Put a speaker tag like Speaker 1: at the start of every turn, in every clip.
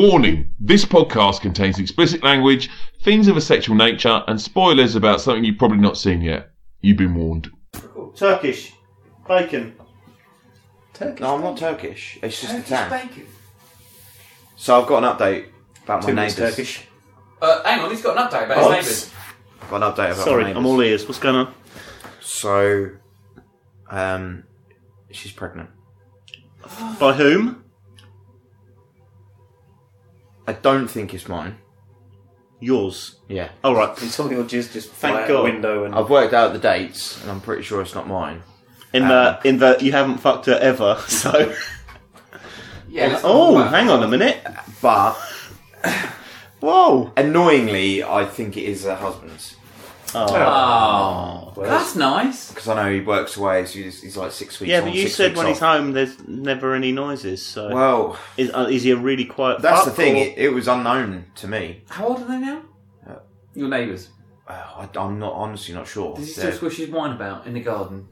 Speaker 1: Warning this podcast contains explicit language, things of a sexual nature, and spoilers about something you've probably not seen yet. You've been warned.
Speaker 2: Turkish. Bacon.
Speaker 3: Turkish.
Speaker 4: No, I'm not Turkish. It's just
Speaker 3: Turkish
Speaker 4: a town.
Speaker 3: bacon.
Speaker 4: So I've got an update about my
Speaker 2: Too much
Speaker 4: neighbours.
Speaker 2: Turkish.
Speaker 3: Uh, hang on, he's got an update about his
Speaker 2: Oh,
Speaker 3: neighbours.
Speaker 4: Got an update about
Speaker 2: Sorry,
Speaker 4: my neighbours.
Speaker 2: I'm all ears. What's going on?
Speaker 4: So, um, she's pregnant.
Speaker 2: By whom?
Speaker 4: I don't think it's mine.
Speaker 2: Yours.
Speaker 4: Yeah.
Speaker 2: All right.
Speaker 3: He saw your jizz just
Speaker 2: Thank
Speaker 3: fly out
Speaker 2: God.
Speaker 3: the window and
Speaker 4: I've worked out the dates, and I'm pretty sure it's not mine.
Speaker 2: In
Speaker 4: Ah.
Speaker 2: the in the you haven't fucked her ever. So.
Speaker 3: yeah. let's talk
Speaker 2: Oh,
Speaker 3: about-
Speaker 2: hang on a minute.
Speaker 4: But
Speaker 2: Whoa.
Speaker 4: annoyingly, I think it is her husband's
Speaker 3: Oh, that's nice.
Speaker 4: because I know he works away, so he's, he's like six weeks.
Speaker 2: Yeah,
Speaker 4: on,
Speaker 2: but you
Speaker 4: six
Speaker 2: said
Speaker 4: weeks
Speaker 2: when he's
Speaker 4: off.
Speaker 2: home, there's never any noises. So
Speaker 4: Well,
Speaker 2: is, uh, is he a really quiet?
Speaker 4: that's the
Speaker 2: fuck,
Speaker 4: thing.
Speaker 2: or-
Speaker 4: It, it was unknown to me.
Speaker 3: How old are they now? Your neighbours.
Speaker 4: Uh, I, I'm not honestly not sure.
Speaker 3: Does he
Speaker 4: They're-
Speaker 3: still swish his wine about in the garden?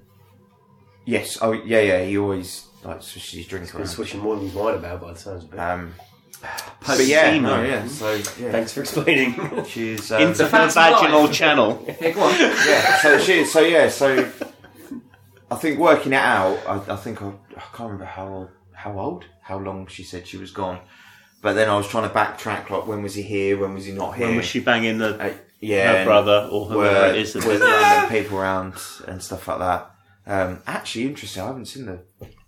Speaker 4: Yes. Oh, yeah, yeah. He always like swishes his drink
Speaker 5: Been
Speaker 4: around.
Speaker 5: switching more than he's wide about by the sounds of it.
Speaker 4: Um,
Speaker 2: Post
Speaker 4: but yeah,
Speaker 2: semen.
Speaker 4: no, yeah. So yeah,
Speaker 5: Thanks for explaining.
Speaker 4: she's um,
Speaker 2: into the
Speaker 3: fancy
Speaker 2: vaginal
Speaker 3: life.
Speaker 2: channel.
Speaker 3: Yeah, go on.
Speaker 4: yeah. So she. So yeah. So I think working it out. I, I think I, I can't remember how old, how old, how long she said she was gone. But then I was trying to backtrack. Like, when was he here? When was he not here?
Speaker 2: When was she banging the
Speaker 4: Uh, yeah,
Speaker 2: her
Speaker 4: and
Speaker 2: brother or whoever
Speaker 4: were,
Speaker 2: it is? that-
Speaker 4: were random people around and stuff like that. Um, actually, interesting. I haven't seen the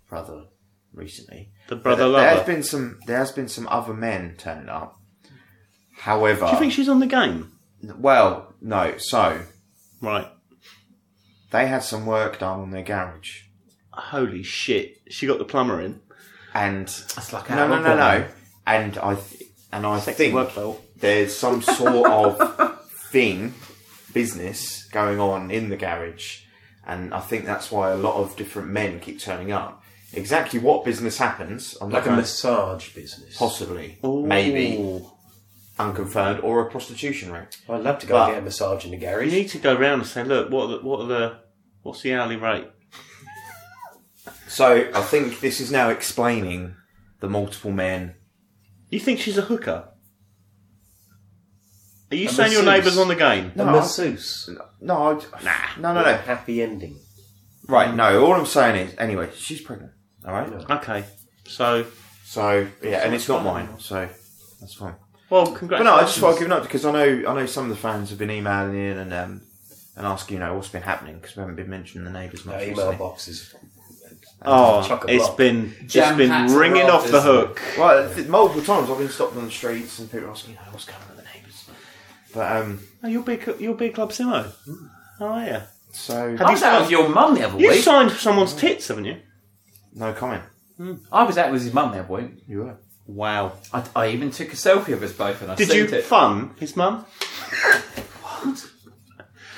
Speaker 4: brother recently.
Speaker 2: the brother
Speaker 4: there, there has
Speaker 2: lover.
Speaker 4: been some. There has been some other men turning up. However,
Speaker 2: Do you think she's on the game?
Speaker 4: well, no. So
Speaker 2: Right.
Speaker 4: they had some work done on their garage,
Speaker 2: Holy shit! She got the plumber in.
Speaker 4: and
Speaker 3: That's like
Speaker 4: no,
Speaker 3: our
Speaker 4: no, no,
Speaker 3: lockdown.
Speaker 4: no. And I th- and I think
Speaker 2: workflow.
Speaker 4: there's some sort of thing business going on in the garage, and I think that's why a lot of different men keep turning up. Exactly what business happens? I'm not
Speaker 5: like a
Speaker 4: going to
Speaker 5: massage business.
Speaker 4: possibly, maybe unconfirmed, or a prostitution ring.
Speaker 5: I'd love to go
Speaker 4: But-
Speaker 5: and get a massage in the
Speaker 2: We
Speaker 5: garage.
Speaker 2: need to go round and say, look, what are the, what are the what's the hourly rate?
Speaker 4: So I think this is now explaining the multiple men.
Speaker 2: You think she's a hooker? Are you
Speaker 5: A
Speaker 2: saying your
Speaker 5: masseuse.
Speaker 2: neighbour's on the game?
Speaker 5: A
Speaker 4: No.
Speaker 5: masseuse.
Speaker 4: No, I, nah, no, no,
Speaker 5: What a
Speaker 4: no.
Speaker 5: happy ending.
Speaker 4: Right, no. All I'm saying is, anyway, she's pregnant. All right.
Speaker 2: Okay, so
Speaker 4: So yeah, and it's not mine. So that's fine.
Speaker 2: well,
Speaker 4: But
Speaker 2: congratulations.
Speaker 4: no, I just thought I'd give it up because I know I know some of the fans have been emailing in and um, and asking, you know, what's been happening because we haven't been mentioning the neighbours
Speaker 5: Our
Speaker 4: much.
Speaker 5: Uh, email
Speaker 4: recently.
Speaker 5: box is
Speaker 2: Oh,
Speaker 5: Chock a
Speaker 2: it's
Speaker 5: block.
Speaker 2: been it's
Speaker 3: Jam
Speaker 2: been
Speaker 3: packs are
Speaker 2: ringing
Speaker 3: off,
Speaker 2: off the
Speaker 3: isn't it?
Speaker 2: hook.
Speaker 4: Well, th- multiple times I've been stopped on the streets and people asking, you know, what's going on with the neighbours. But um,
Speaker 2: Oh, you'll be cl- you'll be a club simo. Oh yeah,
Speaker 4: so
Speaker 3: I was out with your mum the other
Speaker 2: you
Speaker 3: week.
Speaker 2: signed someone's tits, haven't you?
Speaker 4: no comment.
Speaker 3: I was out with his mum the other week.
Speaker 4: You were.
Speaker 2: Wow.
Speaker 3: I, I even took a selfie of us both, and I
Speaker 2: Did you
Speaker 3: sent it.
Speaker 2: fun his mum?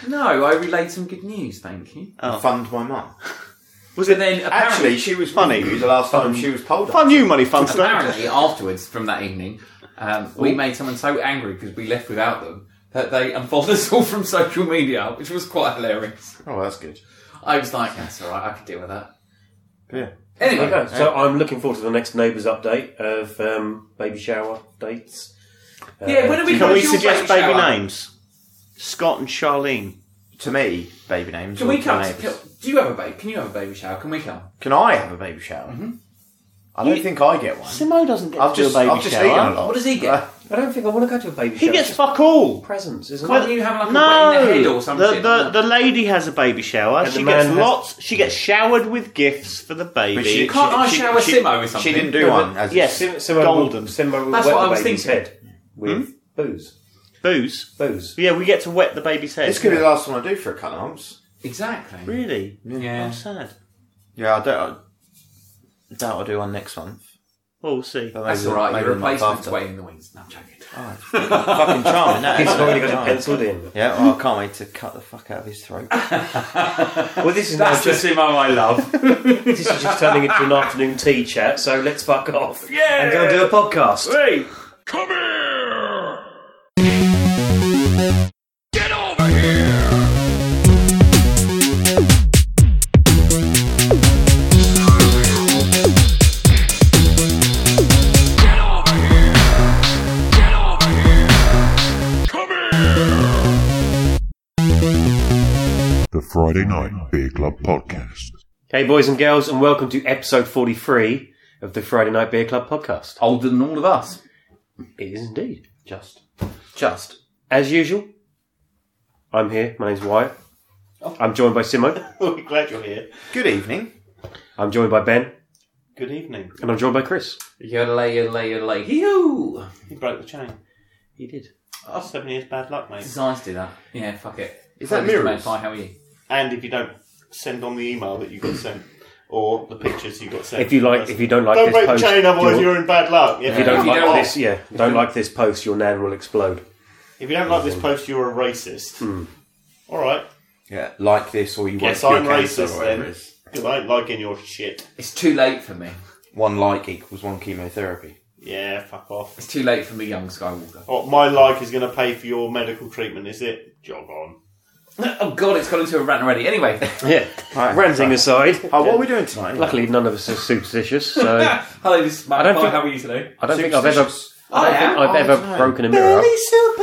Speaker 3: no, I relayed some good news. Thank you.
Speaker 2: Oh.
Speaker 4: Fund my mum.
Speaker 2: Was
Speaker 3: But
Speaker 2: it
Speaker 3: then apparently,
Speaker 4: Actually, she was funny. You the last time she was pulled up.
Speaker 2: fun you money funster?
Speaker 3: apparently afterwards from that evening, um, we made someone so angry because we left without them that they unfollowed us all from social media, which was quite hilarious.
Speaker 4: Oh, that's good.
Speaker 3: I was like, that's all right. I could deal with that.
Speaker 4: Yeah.
Speaker 3: Anyway,
Speaker 5: Okay, so I'm looking forward to the next neighbours update of um, baby shower dates. Uh,
Speaker 3: yeah. When are we?
Speaker 2: Can
Speaker 3: going
Speaker 2: we
Speaker 3: to your
Speaker 2: suggest baby
Speaker 3: shower?
Speaker 2: names? Scott and Charlene.
Speaker 4: To me, baby names.
Speaker 3: Can
Speaker 4: are
Speaker 3: we
Speaker 4: the
Speaker 3: come?
Speaker 4: neighbours.
Speaker 3: Can, do you have a baby? Can you have a baby shower? Can we come?
Speaker 4: Can I have a baby shower? I don't think I get one.
Speaker 2: Simo doesn't get
Speaker 4: I've
Speaker 2: to do
Speaker 4: just,
Speaker 2: a baby
Speaker 4: I've just
Speaker 2: shower.
Speaker 4: eaten a lot.
Speaker 3: What does he get?
Speaker 5: I don't think I want to go to a baby
Speaker 2: He
Speaker 5: shower.
Speaker 2: gets
Speaker 5: It's
Speaker 2: fuck all.
Speaker 5: presents, isn't
Speaker 3: Can't
Speaker 5: it?
Speaker 3: you have like a
Speaker 2: No,
Speaker 3: wet in the head or something?
Speaker 2: the, the the lady has a baby shower.
Speaker 5: And the
Speaker 2: she gets
Speaker 5: man has-
Speaker 2: lots. She gets showered with gifts for the baby.
Speaker 4: But she-
Speaker 3: Can't I
Speaker 4: she-
Speaker 3: shower
Speaker 4: she-
Speaker 3: Simo with something?
Speaker 4: She didn't do
Speaker 5: No,
Speaker 4: one.
Speaker 5: but-
Speaker 4: As
Speaker 2: Yes.
Speaker 5: Sim- similar will-
Speaker 2: Golden.
Speaker 5: similar will
Speaker 3: That's
Speaker 5: wet
Speaker 3: what
Speaker 5: the
Speaker 3: I was
Speaker 5: baby's
Speaker 3: thinking.
Speaker 5: Head with booze.
Speaker 2: Booze.
Speaker 5: Booze.
Speaker 2: Yeah, we get to wet the baby's head.
Speaker 4: This could be the last one I do for a couple of months.
Speaker 3: Exactly.
Speaker 2: really.
Speaker 3: Yeah.
Speaker 2: How sad.
Speaker 4: Yeah, I doubt. I doubt I'll do one next month.
Speaker 2: Oh, Well, we'll see.
Speaker 4: But
Speaker 3: That's
Speaker 4: maybe-
Speaker 3: all right.
Speaker 4: maybe
Speaker 3: Your
Speaker 4: the month
Speaker 3: replacement's
Speaker 4: after.
Speaker 3: waiting in the wings. No, I'm joking.
Speaker 4: Fucking charming. That
Speaker 5: He's
Speaker 4: is.
Speaker 5: already got it
Speaker 4: Charming.
Speaker 5: penciled in.
Speaker 4: Yeah, well, I can't wait to cut the fuck out of his throat.
Speaker 5: Well, this is now
Speaker 3: That's the
Speaker 5: just,
Speaker 3: Simo I love.
Speaker 5: this is just turning into an afternoon tea chat. So let's fuck off.
Speaker 2: Yeah.
Speaker 5: and go and do a podcast.
Speaker 2: Hey,
Speaker 1: Come here!
Speaker 6: Friday Night Beer Club podcast.
Speaker 5: Hey, boys and girls, and welcome to episode 43 of the Friday Night Beer Club podcast.
Speaker 3: Older than all of us.
Speaker 5: It is indeed.
Speaker 4: Just.
Speaker 3: Just.
Speaker 5: As usual, I'm here. My name's Wyatt. I'm joined by Simo.
Speaker 2: We're glad you're here.
Speaker 4: Good evening.
Speaker 5: I'm joined by Ben.
Speaker 2: Good evening.
Speaker 5: And I'm joined by Chris.
Speaker 3: Yodelay, yodelay, yodelay. Hee-hoo!
Speaker 2: He broke the chain.
Speaker 5: He did.
Speaker 2: That's seven years bad luck, mate.
Speaker 3: His eyes do that. Yeah, fuck it.
Speaker 4: Is that
Speaker 3: Hi, Mr.
Speaker 4: mirrors?
Speaker 3: Magpie, how are you?
Speaker 2: And if you don't send on the email that you got sent or the pictures you got sent,
Speaker 5: If you like, if you don't like
Speaker 2: don't
Speaker 5: this
Speaker 2: break
Speaker 5: post,
Speaker 2: the chain, otherwise
Speaker 5: you'll-
Speaker 2: you're in bad luck.
Speaker 5: if you
Speaker 3: Yeah.
Speaker 5: don't
Speaker 3: If you
Speaker 5: like
Speaker 3: don't-
Speaker 5: this, yeah, don't like this post, your nan will explode.
Speaker 2: If you don't like this post, you're a racist.
Speaker 5: Hmm.
Speaker 2: All right,
Speaker 4: Yeah, like this or you
Speaker 2: Guess
Speaker 4: want
Speaker 2: I'm
Speaker 4: to kill cancer or
Speaker 2: racist
Speaker 4: whatever
Speaker 2: then.
Speaker 4: it is.
Speaker 2: because I ain't liking your shit.
Speaker 3: It's too late for me.
Speaker 4: One like equals one chemotherapy.
Speaker 2: Yeah, fuck off.
Speaker 3: It's too late for me, young Skywalker.
Speaker 2: Oh, my like is going to pay for your medical treatment, is it? Jog on.
Speaker 3: Oh god, it's gone into a rant already. Anyway,
Speaker 5: Yeah.
Speaker 4: Right.
Speaker 5: Ranting
Speaker 2: Uh,
Speaker 5: aside,
Speaker 4: Oh, what are we doing tonight?
Speaker 5: luckily none of us are superstitious, so I
Speaker 3: hello, this is Magpie.
Speaker 5: don't think-
Speaker 3: how are you today?
Speaker 5: don't think I've ever, I don't
Speaker 3: I am.
Speaker 5: think
Speaker 2: Oh,
Speaker 5: I've
Speaker 4: I
Speaker 5: ever
Speaker 4: don't know.
Speaker 5: broken a mirror. up.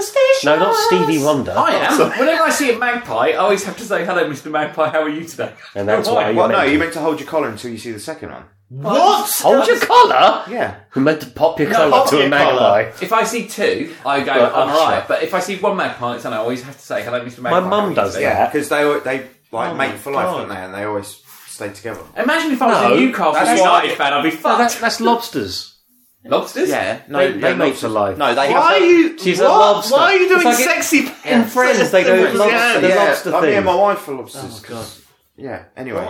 Speaker 5: No, not Stevie Wonder.
Speaker 3: Oh, I am. Whenever I see a magpie, I always have to say hello, Mr. Magpie. How are you today?
Speaker 5: And that's
Speaker 3: Why?
Speaker 5: why you
Speaker 4: Well,
Speaker 5: meant.
Speaker 4: no, you meant to hold your collar until you see the second one.
Speaker 2: What?
Speaker 5: Hold your collar.
Speaker 4: Yeah.
Speaker 5: We meant to pop your
Speaker 3: No,
Speaker 5: collar
Speaker 3: pop
Speaker 5: to
Speaker 2: your
Speaker 5: a magpie.
Speaker 3: If I see two, I go,
Speaker 5: Well,
Speaker 3: I'm
Speaker 5: I'm
Speaker 3: alright.
Speaker 5: sure.
Speaker 3: But if I see one magpie, it's and I always have to say hello, Mr. Magpie.
Speaker 5: My
Speaker 3: how are
Speaker 5: mum
Speaker 3: you
Speaker 5: does
Speaker 3: today?"
Speaker 5: that.
Speaker 4: Yeah, because they al- they like
Speaker 5: Oh my
Speaker 4: mate for life,
Speaker 5: God.
Speaker 4: don't they? And they always stay together.
Speaker 3: Imagine if I was
Speaker 5: No,
Speaker 3: a Newcastle
Speaker 4: that's
Speaker 3: United
Speaker 4: not-
Speaker 3: fan, I'd be
Speaker 5: No,
Speaker 3: fucked.
Speaker 5: that's, that's lobsters.
Speaker 3: Lobsters?
Speaker 4: no,
Speaker 5: They-
Speaker 4: yeah,
Speaker 5: they
Speaker 4: not-
Speaker 5: mates are live.
Speaker 4: No, they.
Speaker 2: Why are you?
Speaker 5: She's a
Speaker 2: what?
Speaker 5: lobster.
Speaker 2: Why are you doing
Speaker 5: It's like it-
Speaker 2: sexy
Speaker 4: Yeah.
Speaker 2: and friends?
Speaker 5: They do
Speaker 2: Yeah.
Speaker 5: lobster.
Speaker 2: Yeah.
Speaker 5: The
Speaker 4: yeah,
Speaker 5: lobster
Speaker 4: like Me
Speaker 5: thing. Oh
Speaker 4: and my wife are lobsters.
Speaker 2: Oh,
Speaker 4: 'cause- Yeah. Anyway.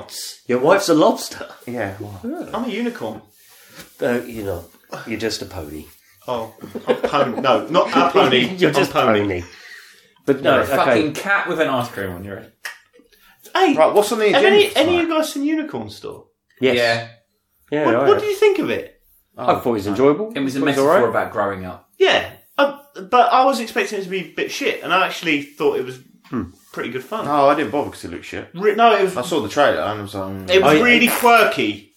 Speaker 5: Your wife's a lobster.
Speaker 4: Yeah. well,
Speaker 2: I'm a unicorn.
Speaker 5: No, you're not. You're just a pony.
Speaker 2: Oh, I'm pony. No, not a pony.
Speaker 5: You're just
Speaker 2: I'm pony.
Speaker 5: pony. But no,
Speaker 3: A fucking
Speaker 5: okay.
Speaker 3: cat with an ice cream on your head.
Speaker 2: Hey,
Speaker 4: Right. What's on the
Speaker 2: have
Speaker 4: agenda?
Speaker 2: any
Speaker 4: for
Speaker 2: any of
Speaker 4: tonight?
Speaker 2: you guys seen Unicorn Store?
Speaker 5: Yes.
Speaker 3: Yeah.
Speaker 5: Yeah,
Speaker 2: What,
Speaker 5: I,
Speaker 2: what do you think of it?
Speaker 5: I thought it was enjoyable.
Speaker 3: It was a
Speaker 5: Thought
Speaker 3: metaphor
Speaker 5: alright.
Speaker 3: about growing up.
Speaker 2: Yeah, I, but I was expecting it to be a bit shit, and I actually thought it was
Speaker 5: Hmm.
Speaker 2: pretty good fun.
Speaker 4: No, I didn't bother because it looked shit.
Speaker 2: Re- No, it was
Speaker 4: I saw the trailer and I was like,
Speaker 2: it was
Speaker 5: I-
Speaker 2: really quirky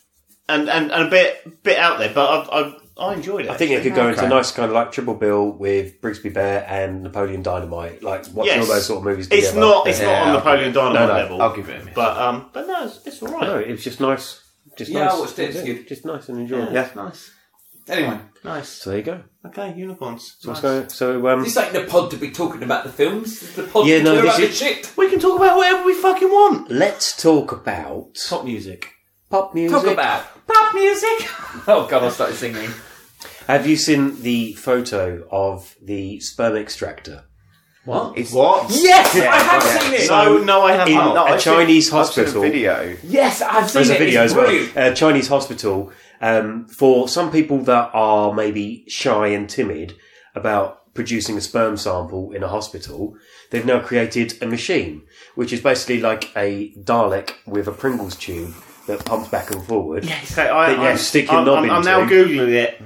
Speaker 2: and, and, and a bit bit out there, but I I, I enjoyed it.
Speaker 5: I think it could go into
Speaker 4: Okay.
Speaker 5: a nice kind of like triple bill with Brixby Bear and Napoleon Dynamite, like watching
Speaker 2: Yes.
Speaker 5: all those sort of movies.
Speaker 2: it's
Speaker 5: together.
Speaker 2: not it's
Speaker 4: Yeah,
Speaker 2: not on
Speaker 4: I'll
Speaker 2: Napoleon Dynamite
Speaker 5: No, no,
Speaker 2: level,
Speaker 4: I'll give it a miss.
Speaker 2: but um, but no, it's, it's all right.
Speaker 5: No, it was just nice. Just
Speaker 3: Yeah, I
Speaker 5: nice.
Speaker 3: watched it, it's
Speaker 5: Yeah,
Speaker 3: good.
Speaker 5: Just nice and enjoyable.
Speaker 4: Yeah.
Speaker 2: nice,
Speaker 3: Anyway,
Speaker 2: nice.
Speaker 5: So there you go.
Speaker 2: Okay, unicorns.
Speaker 5: So,
Speaker 2: nice.
Speaker 5: so, so um,
Speaker 3: this ain't the pod to be talking about the films. This is the pod
Speaker 5: Yeah,
Speaker 3: to
Speaker 5: no,
Speaker 3: talk
Speaker 5: this
Speaker 3: about
Speaker 5: is-
Speaker 3: the shit.
Speaker 2: We can talk about whatever we fucking want.
Speaker 5: let's talk about
Speaker 2: Pop music.
Speaker 5: pop music.
Speaker 3: Talk about pop music. oh god, I started singing.
Speaker 5: Have you seen the photo of the sperm extractor?
Speaker 3: What?
Speaker 4: it's what?
Speaker 3: Yes, I have
Speaker 4: yeah.
Speaker 3: seen it.
Speaker 2: No, no, I have
Speaker 5: in-
Speaker 2: not.
Speaker 5: a
Speaker 4: I've seen-
Speaker 5: Chinese
Speaker 4: I've seen a
Speaker 5: hospital.
Speaker 4: video.
Speaker 3: Yes, I've seen
Speaker 5: There's
Speaker 3: it.
Speaker 5: a video
Speaker 3: it's
Speaker 5: as well.
Speaker 3: brilliant.
Speaker 5: A Chinese hospital um, for some people that are maybe shy and timid about producing a sperm sample in a hospital. They've now created a machine, which is basically like a Dalek with a Pringles tube that pumps back and forward.
Speaker 2: Okay, I,
Speaker 5: That you
Speaker 2: I'm,
Speaker 5: stick your
Speaker 2: I'm,
Speaker 5: knob
Speaker 2: I'm, I'm
Speaker 5: into.
Speaker 2: now googling it.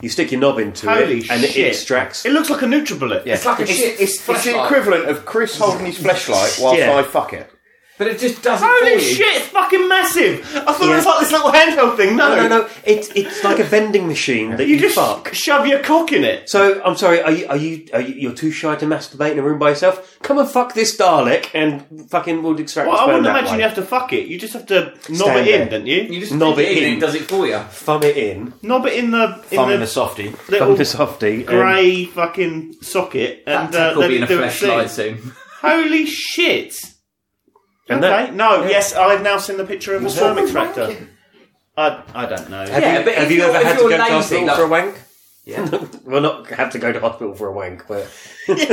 Speaker 5: You stick your knob into
Speaker 2: Holy
Speaker 5: it, and
Speaker 2: shit.
Speaker 5: it extracts.
Speaker 2: It looks like a NutriBullet.
Speaker 3: It's like a
Speaker 4: It's,
Speaker 3: shit.
Speaker 4: it's, it's the
Speaker 3: flashlight.
Speaker 4: equivalent of Chris holding his flashlight whilst
Speaker 5: Yeah.
Speaker 4: I fuck it.
Speaker 3: but it just doesn't.
Speaker 2: Holy
Speaker 3: for you.
Speaker 2: shit, it's fucking massive! I thought it was
Speaker 5: Yeah.
Speaker 2: like this little handheld thing. No,
Speaker 5: No, no, no! It's it's like a vending machine that
Speaker 2: You
Speaker 5: you,
Speaker 2: just
Speaker 5: fuck.
Speaker 2: shove your cock in it.
Speaker 5: So I'm sorry. Are you, are you are you you're too shy to masturbate in a room by yourself? Come and fuck this Dalek and fucking we'll extract.
Speaker 2: Well,
Speaker 5: the
Speaker 2: I
Speaker 5: sperm
Speaker 2: wouldn't
Speaker 5: that
Speaker 2: imagine
Speaker 5: way.
Speaker 2: you have to fuck it. You just have to knob
Speaker 5: Stand
Speaker 2: it in,
Speaker 5: there.
Speaker 2: don't you?
Speaker 3: You just
Speaker 5: Knob
Speaker 3: knob it in
Speaker 5: it in.
Speaker 3: and it does it for you.
Speaker 5: thumb it in,
Speaker 2: Knob it in the in
Speaker 4: Thumb
Speaker 2: the
Speaker 4: in the softy.
Speaker 5: thumb the
Speaker 2: little
Speaker 5: softy, and
Speaker 2: grey fucking socket, and
Speaker 3: That
Speaker 2: uh,
Speaker 3: will
Speaker 2: let
Speaker 3: be in
Speaker 2: it
Speaker 3: a
Speaker 2: do its
Speaker 3: flashlight
Speaker 2: thing.
Speaker 3: soon.
Speaker 2: Holy shit!
Speaker 5: And
Speaker 2: okay,
Speaker 5: that-
Speaker 2: no, yes, I've now seen the picture of a sperm
Speaker 4: wrong
Speaker 2: extractor. I, I don't know.
Speaker 5: have
Speaker 3: Yeah,
Speaker 5: you,
Speaker 3: but if
Speaker 5: have you
Speaker 3: you're-
Speaker 5: ever
Speaker 3: if
Speaker 5: had to
Speaker 3: you're
Speaker 5: go to
Speaker 3: lazy,
Speaker 5: hospital
Speaker 3: like-
Speaker 5: for a wank?
Speaker 4: Yeah.
Speaker 5: well, not have to go to hospital for a wank, but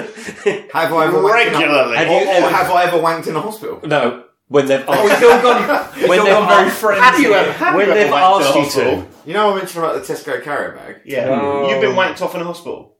Speaker 4: Have I ever wanked in a-
Speaker 2: Regularly.
Speaker 4: Have you- or have I ever wanked in a hospital?
Speaker 5: no, when they've
Speaker 3: It's
Speaker 5: asked,
Speaker 3: all gone. It's all
Speaker 5: When they
Speaker 3: gone very
Speaker 5: ask-
Speaker 3: friendly.
Speaker 2: Have you ever? Have
Speaker 5: when
Speaker 2: you
Speaker 5: they've
Speaker 2: ever wanked in a
Speaker 5: asked you
Speaker 2: hospital?
Speaker 5: to.
Speaker 4: You know I mentioned about the Tesco carrier bag?
Speaker 2: Yeah.
Speaker 5: Oh.
Speaker 2: You've been wanked off in a hospital?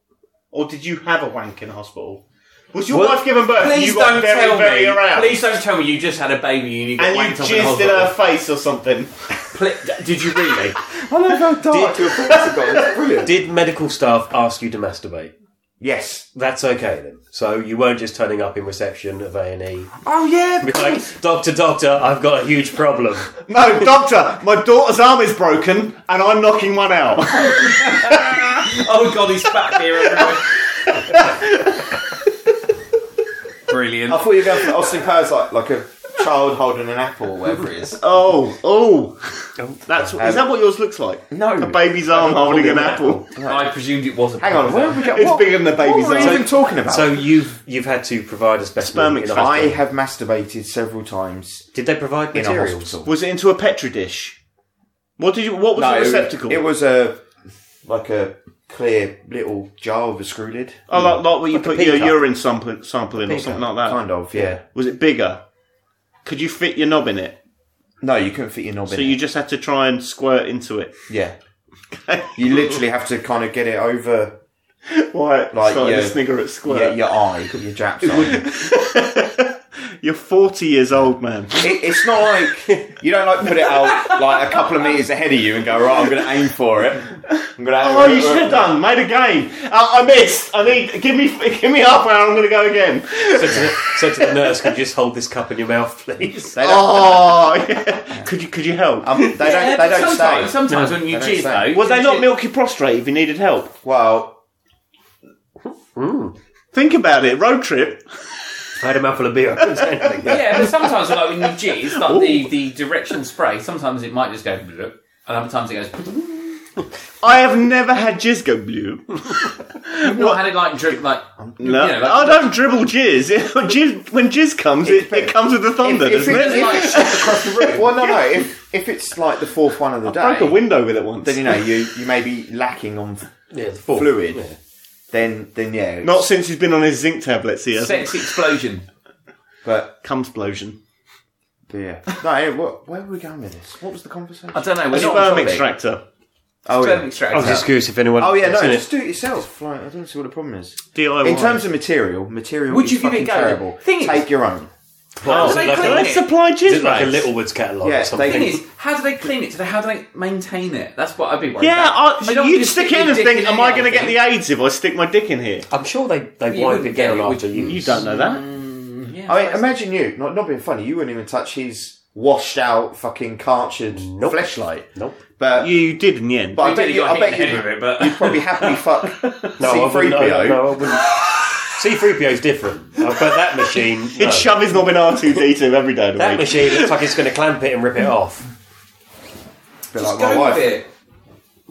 Speaker 2: Or did you have a wank in a hospital? Was your
Speaker 5: What?
Speaker 2: wife given birth and
Speaker 3: Please
Speaker 2: you got
Speaker 3: don't
Speaker 2: very,
Speaker 3: tell
Speaker 2: very
Speaker 3: me.
Speaker 2: aroused?
Speaker 3: Please don't tell me you just had a baby and you got
Speaker 2: and
Speaker 3: wanked
Speaker 2: you
Speaker 3: off
Speaker 2: jizzed in
Speaker 3: in a hospital.
Speaker 2: her face or something.
Speaker 3: Pl- Did you really?
Speaker 4: I love how dark your thoughts have gone. It's brilliant.
Speaker 5: Did medical staff ask you to masturbate?
Speaker 4: yes.
Speaker 5: That's okay then. So you weren't just turning up in reception of A and E,
Speaker 4: Oh yeah.
Speaker 5: be like, "Doctor, doctor, I've got a huge problem."
Speaker 2: No, Oh, doctor, my daughter's arm is broken and I'm knocking one out.
Speaker 3: oh god, he's back here everywhere. brilliant.
Speaker 4: I thought you were going for Austin Powers like, like a child holding an apple or whatever it is.
Speaker 2: Oh, oh. That's is that what yours looks like?
Speaker 4: No.
Speaker 2: A baby's arm holding an apple.
Speaker 3: I presumed it was a
Speaker 4: Hang on, where have we got,
Speaker 2: It's
Speaker 4: what,
Speaker 2: bigger than the baby's
Speaker 4: what are we
Speaker 2: arm.
Speaker 4: even talking about?
Speaker 5: So you've you've had to provide a specimen.
Speaker 2: Sperm
Speaker 5: in a
Speaker 2: extract.
Speaker 4: I
Speaker 5: hospital.
Speaker 4: have masturbated several times
Speaker 5: Did they provide
Speaker 4: in a
Speaker 5: materials?
Speaker 4: hospital.
Speaker 2: Was it into a petri dish? What did you? What was the receptacle?
Speaker 4: It was a like a clear little jar with a screw lid.
Speaker 2: oh, like, like where you put
Speaker 5: pea
Speaker 2: your
Speaker 5: cup.
Speaker 2: urine sample, sample in or something like that.
Speaker 4: Kind of, yeah.
Speaker 2: Was it bigger? Could you fit your knob in it?
Speaker 4: No, you couldn't fit your knob
Speaker 2: So
Speaker 4: in.
Speaker 2: you
Speaker 4: it.
Speaker 2: just had to try and squirt into it.
Speaker 4: yeah. you literally have to kind of get it over
Speaker 2: Right,
Speaker 4: Like,
Speaker 2: started
Speaker 4: yeah.
Speaker 2: to snigger at
Speaker 4: your,
Speaker 2: squirt.
Speaker 4: your eye, your japs eye.
Speaker 2: You're 40 years old, man.
Speaker 4: It, it's not like you don't like put it out like a couple of meters ahead of you and go right. I'm going to aim for it. I'm going to.
Speaker 2: Oh, you should have done. Made a game. Uh, I, I missed. I need. Give me. Give me half an hour. I'm going to go again.
Speaker 5: So to, the, so to the nurse, can you just hold this cup in your mouth, please?
Speaker 4: They don't,
Speaker 2: Oh, yeah. could you? Could you help?
Speaker 4: um, they don't. They don't stay.
Speaker 3: sometimes, sometimes when you
Speaker 4: don't
Speaker 3: jizz,
Speaker 4: stay.
Speaker 3: though,
Speaker 2: Would they not milk your prostate if you needed help?
Speaker 4: Well,
Speaker 2: Think about it. Road trip.
Speaker 5: I had a mouthful of beer.
Speaker 3: Yeah, but sometimes like when you jizz, like the, the direction spray, sometimes it might just go, "Bloop," and other times it goes. "Bloop."
Speaker 2: I have never had jizz go blue.
Speaker 3: You've not had it like drip like.
Speaker 2: No,
Speaker 3: You know,
Speaker 2: I
Speaker 3: like,
Speaker 2: don't dribble jizz. jizz when jizz comes, it, it comes with the thunder,
Speaker 4: if
Speaker 2: doesn't
Speaker 4: it-
Speaker 2: it?
Speaker 3: like
Speaker 4: across the room. Well, no, no. If if it's like the fourth one of the day,
Speaker 2: Broke a window with it once.
Speaker 4: then you know you you may be lacking on
Speaker 5: Yeah, the fork.
Speaker 4: fluid.
Speaker 5: Yeah.
Speaker 4: Then then yeah, it's-
Speaker 2: Not since he's been on his zinc tablets. He hasn't.
Speaker 3: sex explosion.
Speaker 4: but,
Speaker 2: Cumsplosion.
Speaker 4: but yeah. No, anyway, what, where were we going with this? What was the conversation?
Speaker 3: I don't know. We're
Speaker 2: A
Speaker 3: not
Speaker 2: sperm
Speaker 3: on topic.
Speaker 2: extractor.
Speaker 4: Oh
Speaker 3: Sperm
Speaker 4: yeah.
Speaker 5: I was
Speaker 3: extractor.
Speaker 5: just curious if anyone.
Speaker 4: Oh yeah, no,
Speaker 5: had seen it.
Speaker 4: just do it yourself. Like, I don't see what the problem is.
Speaker 2: DIY.
Speaker 4: In terms of material, material
Speaker 3: Would
Speaker 4: is
Speaker 3: you give
Speaker 4: fucking
Speaker 3: it a go?
Speaker 4: terrible.
Speaker 3: Thing is-
Speaker 4: Take your own.
Speaker 5: Oh,
Speaker 3: How
Speaker 5: is
Speaker 3: do
Speaker 5: it
Speaker 3: they
Speaker 5: like
Speaker 3: clean
Speaker 5: a-
Speaker 2: Let's
Speaker 3: it?
Speaker 2: supply
Speaker 5: Is
Speaker 2: jizz
Speaker 5: it like a
Speaker 2: bags.
Speaker 5: Littlewoods catalogue
Speaker 4: Yeah,
Speaker 5: or something?
Speaker 4: they-
Speaker 3: thing is, how do they clean it? So how do they maintain it? That's what I'd be worried
Speaker 2: Yeah,
Speaker 3: about. They
Speaker 2: I,
Speaker 3: don't
Speaker 2: you'd
Speaker 3: just
Speaker 2: stick
Speaker 3: your
Speaker 2: in and
Speaker 3: dick
Speaker 2: think, am I
Speaker 3: it,
Speaker 2: going to
Speaker 3: I
Speaker 2: get the
Speaker 3: think.
Speaker 2: AIDS if I stick my dick in here?
Speaker 5: I'm sure they, they
Speaker 3: You
Speaker 5: wipe it
Speaker 3: wouldn't get
Speaker 5: down
Speaker 3: it, would
Speaker 5: after
Speaker 3: you?
Speaker 5: use.
Speaker 2: You don't know that.
Speaker 3: Yeah,
Speaker 4: I mean,
Speaker 3: that's-
Speaker 4: imagine you not not being funny. You wouldn't even touch his washed out fucking cartridge
Speaker 5: Nope.
Speaker 4: fleshlight.
Speaker 5: Nope.
Speaker 4: But
Speaker 2: You did in the end.
Speaker 4: but I
Speaker 3: We
Speaker 4: bet
Speaker 3: did
Speaker 4: you,
Speaker 3: get
Speaker 4: I bet
Speaker 3: hit in the
Speaker 4: you,
Speaker 3: head with it, but-
Speaker 4: you'd probably happily fuck
Speaker 5: No, I wouldn't. No,
Speaker 4: C3PO.
Speaker 5: no, I wouldn't. C3PO's different. Uh, but that machine. No.
Speaker 2: He'd shove his knob in R2D2 every day of the
Speaker 5: that
Speaker 2: week.
Speaker 5: machine looks like it's going to clamp it and rip it off.
Speaker 4: Bit
Speaker 3: Just
Speaker 4: like my
Speaker 3: go
Speaker 4: wife.
Speaker 3: with it.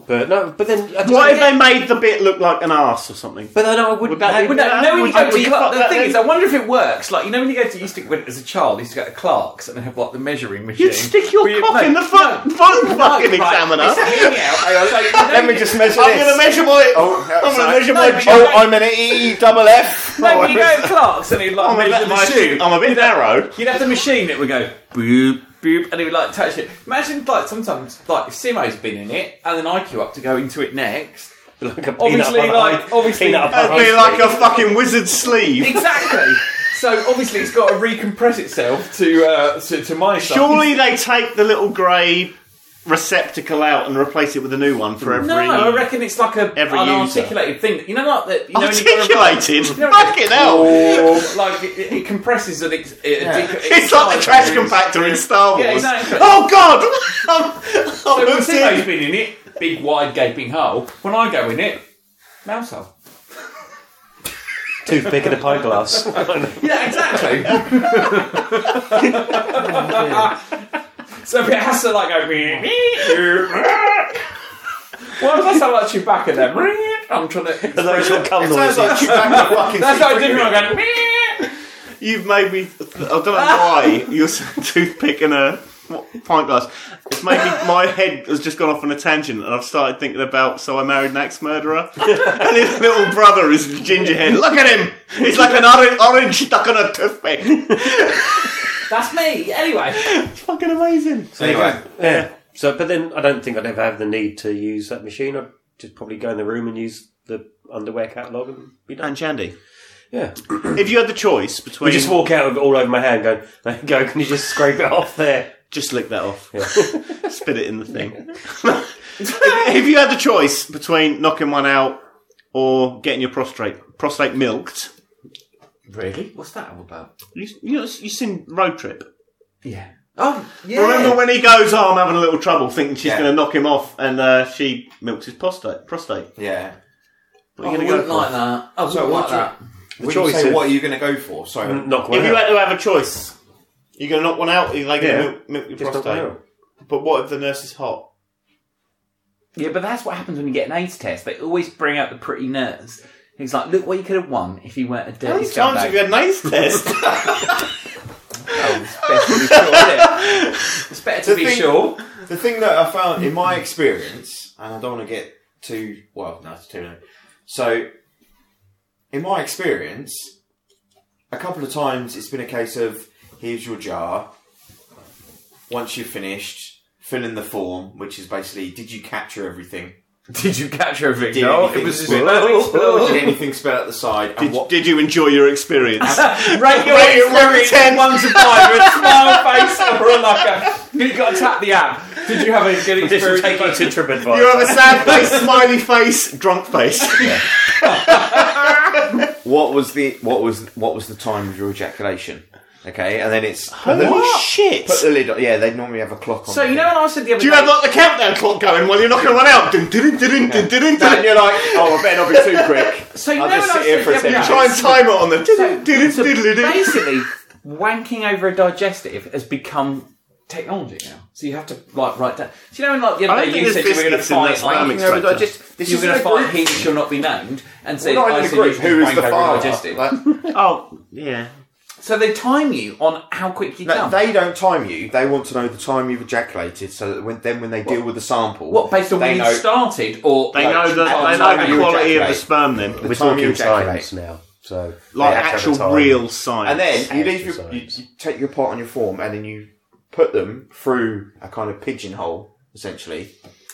Speaker 5: But no, but then. I just-
Speaker 2: What if they made the bit look like an ass or something?
Speaker 5: But then I wouldn't.
Speaker 2: Would that
Speaker 3: I
Speaker 2: be-
Speaker 5: would
Speaker 3: would not, no, when you
Speaker 2: Would
Speaker 3: go
Speaker 2: you
Speaker 3: to
Speaker 2: fuck
Speaker 3: Clark, the
Speaker 2: that
Speaker 3: thing
Speaker 2: thing?
Speaker 3: is, I wonder if it works. Like you know, when you go to, you used to when, as a child, you used to go to Clark's and they have like the measuring machine.
Speaker 2: You'd stick your
Speaker 3: Where you-
Speaker 2: cock
Speaker 3: no,
Speaker 2: in the fuck,
Speaker 3: no,
Speaker 2: fuck
Speaker 3: no,
Speaker 2: fucking
Speaker 3: right,
Speaker 2: examiner.
Speaker 3: it's hanging out. Hang on, so you know-
Speaker 4: Let me just measure
Speaker 2: I'm
Speaker 4: this.
Speaker 2: going to measure my.
Speaker 4: Oh,
Speaker 2: I'm going
Speaker 4: sorry.
Speaker 2: to measure
Speaker 3: No,
Speaker 2: my.
Speaker 3: but
Speaker 2: ju-
Speaker 4: Oh, I'm an E double F.
Speaker 3: No, when you go to Clark's and he'd like
Speaker 2: I'm a
Speaker 3: measure
Speaker 2: bit,
Speaker 3: the
Speaker 2: my
Speaker 3: shoe.
Speaker 2: I'm a bit narrow.
Speaker 3: You'd have the machine that would go boop boop, and it would like touch it. Imagine like sometimes like if Simo's been in it, and then I queue up to go into it next.
Speaker 5: like a peanut
Speaker 3: Obviously,
Speaker 5: butter-
Speaker 3: like, obviously-
Speaker 5: peanut butter
Speaker 2: That'd be
Speaker 5: ice
Speaker 2: like
Speaker 5: cream.
Speaker 2: a fucking wizard's sleeve.
Speaker 3: Exactly. so obviously, it's got to recompress itself to uh, to, to my size.
Speaker 2: Surely they take the little grey receptacle out and replace it with a new one for every.
Speaker 3: No, I reckon it's like a
Speaker 2: Every
Speaker 3: an
Speaker 2: user.
Speaker 3: articulated thing. You know, like that. You know, when you go around-
Speaker 2: Articulated?
Speaker 3: You know,
Speaker 2: Fucking hell!
Speaker 3: Or, like it, it compresses an. Ex- a dick-
Speaker 2: It's like the trash compactor in Star Wars.
Speaker 3: Yeah, exactly.
Speaker 2: Oh god! I'm,
Speaker 3: So
Speaker 2: I'm
Speaker 3: when
Speaker 2: hooked
Speaker 3: Simo's
Speaker 2: in.
Speaker 3: been in it, big wide gaping hole. When I go in it, mouse hole.
Speaker 5: toothpick and a pint glass.
Speaker 3: Yeah, exactly. so it has to like go. "Meep, meep." Why does that sound like Chewbacca then? "Meep." I'm trying to.
Speaker 5: Those little cum noises.
Speaker 4: Chewbacca fucking
Speaker 3: That's how I do
Speaker 4: secret.
Speaker 3: when I'm going. "Meep."
Speaker 2: You've made me. I don't know why you're saying toothpick and a what, pint glass. It's made me. My head has just gone off on a tangent, and I've started thinking about. So I married an axe murderer, and his little brother is gingerhead. Look at him. He's like an orange, orange stuck on a toothpick.
Speaker 3: That's me. Anyway.
Speaker 2: it's fucking amazing.
Speaker 4: Anyway,
Speaker 5: Yeah. So, but then I don't think I'd ever have the need to use that machine. I'd just probably go in the room and use the underwear catalogue and be done.
Speaker 2: And Shandy,
Speaker 5: Yeah.
Speaker 2: if you had the choice between,
Speaker 5: We just walk out with it all over my hand going, there you go, can you just scrape it off there?
Speaker 2: Just lick that off. Spit it in the thing. if, if you had the choice between knocking one out or getting your prostate prostate milked,
Speaker 3: Really? What's that all about?
Speaker 2: you, you know you seen Road Trip.
Speaker 3: Yeah. Oh, yeah.
Speaker 2: Remember when he goes, "Oh, I'm having a little trouble," thinking she's
Speaker 4: Yeah.
Speaker 2: going to knock him off, and uh, she milks his prostate. Prostate.
Speaker 4: yeah.
Speaker 2: What
Speaker 3: I
Speaker 2: are you
Speaker 3: wouldn't
Speaker 2: going to go for?
Speaker 3: like that. I wouldn't like that.
Speaker 5: The
Speaker 4: When you
Speaker 5: choice
Speaker 4: say,
Speaker 5: of
Speaker 4: what are you going to go for? Sorry.
Speaker 5: knock one
Speaker 2: If you
Speaker 5: out.
Speaker 2: had to have a choice, you're going to knock one out, you're going to
Speaker 5: Yeah.
Speaker 2: milk, milk your
Speaker 5: Just knock one
Speaker 2: prostate.
Speaker 5: out.
Speaker 2: But what if the nurse is hot?
Speaker 3: Yeah, but that's what happens when you get an AIDS test. They always bring out the pretty nerds. He's like, look what you could have won if you weren't a
Speaker 2: How
Speaker 3: dirty
Speaker 2: many times have you
Speaker 3: scumbag.
Speaker 2: had an AIDS test?
Speaker 3: Oh, it's better to be sure, isn't it? It's better to
Speaker 4: The
Speaker 3: be
Speaker 4: thing-
Speaker 3: sure.
Speaker 4: The thing that I found in my experience, and I don't want to get too well, no, it's too long. So, in my experience, a couple of times it's been a case of here's your jar. Once you've finished, fill in the form, which is basically did you capture everything?
Speaker 3: Did you catch everything?
Speaker 4: Did
Speaker 3: no,
Speaker 4: anything
Speaker 3: it was just
Speaker 4: spell-
Speaker 3: Oh,
Speaker 4: Did anything spell out the side?
Speaker 2: Did,
Speaker 4: And what
Speaker 2: did you enjoy your experience?
Speaker 3: Rate your
Speaker 2: Rate it one to
Speaker 3: experience
Speaker 2: ten.
Speaker 3: one to five with a smile face or a locker. You've got to tap the app. Did you have a good
Speaker 5: This will take
Speaker 3: experience?
Speaker 5: you to TripAdvisor.
Speaker 2: you have a sad face, smiley face, drunk face.
Speaker 4: what was the what was what was the time of your ejaculation? Okay, and then it's and then-
Speaker 2: Holy shit!
Speaker 4: Put the lid on. Yeah, they normally have a clock on.
Speaker 3: So
Speaker 4: the
Speaker 3: you know
Speaker 4: thing.
Speaker 3: when I said the other
Speaker 2: Do you
Speaker 3: day,
Speaker 2: have like the countdown clock going while you're knocking one out? Dun, dun, dun, dun, dun, dun, dun,
Speaker 4: and
Speaker 2: dun.
Speaker 4: you're like, oh, I better not be too quick.
Speaker 3: so you
Speaker 4: I'll
Speaker 3: know
Speaker 4: just
Speaker 3: when I
Speaker 4: sit here
Speaker 3: said
Speaker 4: for a
Speaker 3: the other
Speaker 4: second.
Speaker 3: day-
Speaker 2: Try and time it on the. Dun, dun, dun,
Speaker 3: So
Speaker 2: dun, dun, dun.
Speaker 3: basically, wanking over a digestive has become technology now. So you have to like write down. So you know, when, like the
Speaker 2: I
Speaker 3: other
Speaker 2: don't
Speaker 3: day,
Speaker 2: think
Speaker 3: you
Speaker 2: there's
Speaker 3: said you were going to
Speaker 2: biscuits in
Speaker 3: fight
Speaker 2: that sperm
Speaker 3: wanking over a
Speaker 2: extractor.
Speaker 3: digestive.
Speaker 4: This
Speaker 3: you were
Speaker 4: isn't
Speaker 3: going to
Speaker 4: a group.
Speaker 3: fight he shall not be named, and said,
Speaker 4: not
Speaker 3: "I
Speaker 4: in a
Speaker 3: said
Speaker 4: group.
Speaker 3: you
Speaker 4: Who is the
Speaker 3: wank over a
Speaker 4: father?
Speaker 3: digestive."
Speaker 4: Like,
Speaker 2: Oh, yeah.
Speaker 3: So they time you on how quick you
Speaker 4: no,
Speaker 3: come.
Speaker 4: they don't time you. They want to know the time you've ejaculated, so that when, then when they deal with the sample,
Speaker 3: what based on
Speaker 4: they
Speaker 3: when you
Speaker 4: know
Speaker 3: started or
Speaker 2: They know the,
Speaker 3: Oh,
Speaker 2: they
Speaker 3: time
Speaker 2: know
Speaker 3: you
Speaker 2: the quality of the
Speaker 4: ejaculate.
Speaker 2: sperm then.
Speaker 4: the
Speaker 5: We're
Speaker 4: time you
Speaker 5: talking
Speaker 4: ejaculate,
Speaker 5: science now, so
Speaker 2: Like
Speaker 5: they have to have a
Speaker 2: actual
Speaker 5: time.
Speaker 2: real science.
Speaker 4: and then you leave your, you,
Speaker 5: Science.
Speaker 4: you take your part on your form, and then you put them through a kind of pigeonhole, essentially,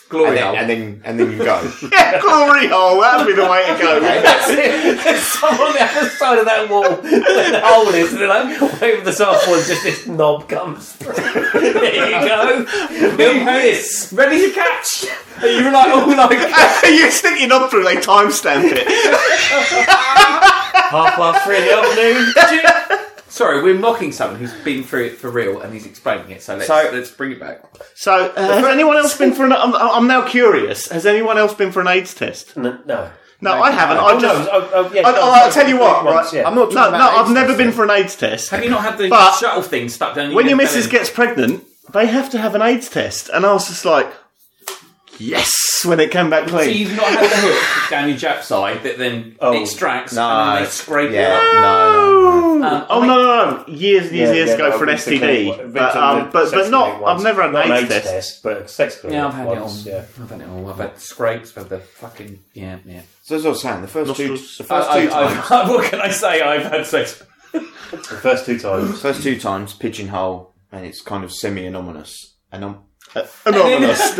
Speaker 4: and
Speaker 3: glory
Speaker 4: then
Speaker 3: hole?
Speaker 4: and then, and then you go.
Speaker 2: Yeah, glory hole, that'd be the way to go.
Speaker 3: That's it. There's someone on the other side of that wall where the hole is, and they're like, over the sample, and just this knob comes through. there you go. Milk this. Ready to catch. And you're like, oh, like,
Speaker 2: you stick your knob through, they timestamp it.
Speaker 5: half past three in the afternoon.
Speaker 3: Sorry, we're mocking someone who's been through it for real and he's explaining it, so let's,
Speaker 4: So-
Speaker 3: let's bring it back.
Speaker 2: So, uh, has anyone else been for an? I'm, I'm now curious. Has anyone else been for an AIDS test?
Speaker 5: No, no.
Speaker 2: No, I haven't. I
Speaker 5: Oh, no,
Speaker 2: just.
Speaker 5: oh, oh, yeah,
Speaker 2: I,
Speaker 5: no,
Speaker 2: oh,
Speaker 5: no,
Speaker 2: I'll tell you what,
Speaker 5: once,
Speaker 2: right?
Speaker 5: yeah.
Speaker 2: I'm not
Speaker 4: talking
Speaker 2: no,
Speaker 4: about
Speaker 2: no,
Speaker 4: AIDS
Speaker 2: I've never
Speaker 4: test
Speaker 2: been
Speaker 4: then.
Speaker 2: for an AIDS test.
Speaker 3: Have you not had the
Speaker 2: But-
Speaker 3: shuttle thing stuck down
Speaker 2: When your
Speaker 3: belly?
Speaker 2: missus gets pregnant, they have to have an AIDS test, and I was just like, yes, when it came back
Speaker 3: So
Speaker 2: clean.
Speaker 3: you've not had the hook down your jap side that then
Speaker 5: Oh,
Speaker 3: extracts and
Speaker 4: no,
Speaker 3: then they scrape it
Speaker 4: yeah,
Speaker 3: up.
Speaker 4: no, no, no.
Speaker 3: Um,
Speaker 2: Oh
Speaker 3: I-
Speaker 2: no, no, no! Years, years,
Speaker 5: Yeah,
Speaker 2: years
Speaker 5: yeah,
Speaker 2: ago
Speaker 5: but
Speaker 2: for an
Speaker 5: I've been
Speaker 2: STD,
Speaker 5: thinking-
Speaker 2: but um, but but
Speaker 5: sex
Speaker 2: not.
Speaker 5: clinic once.
Speaker 2: I've never had
Speaker 5: Not
Speaker 2: an AIDS test.
Speaker 5: but a sex clinic
Speaker 3: Yeah, I've had
Speaker 5: once,
Speaker 3: it all.
Speaker 5: Yeah.
Speaker 3: I've had it all. I've had scrapes with the fucking yeah, yeah.
Speaker 4: So as I was saying, the first two, the
Speaker 2: Nostrils.
Speaker 4: first two times,
Speaker 3: what can I say? I've had sex.
Speaker 5: The first two times.
Speaker 4: first two times, pigeonhole, and it's kind of semi-anonymous. Anom-
Speaker 2: Anonymous.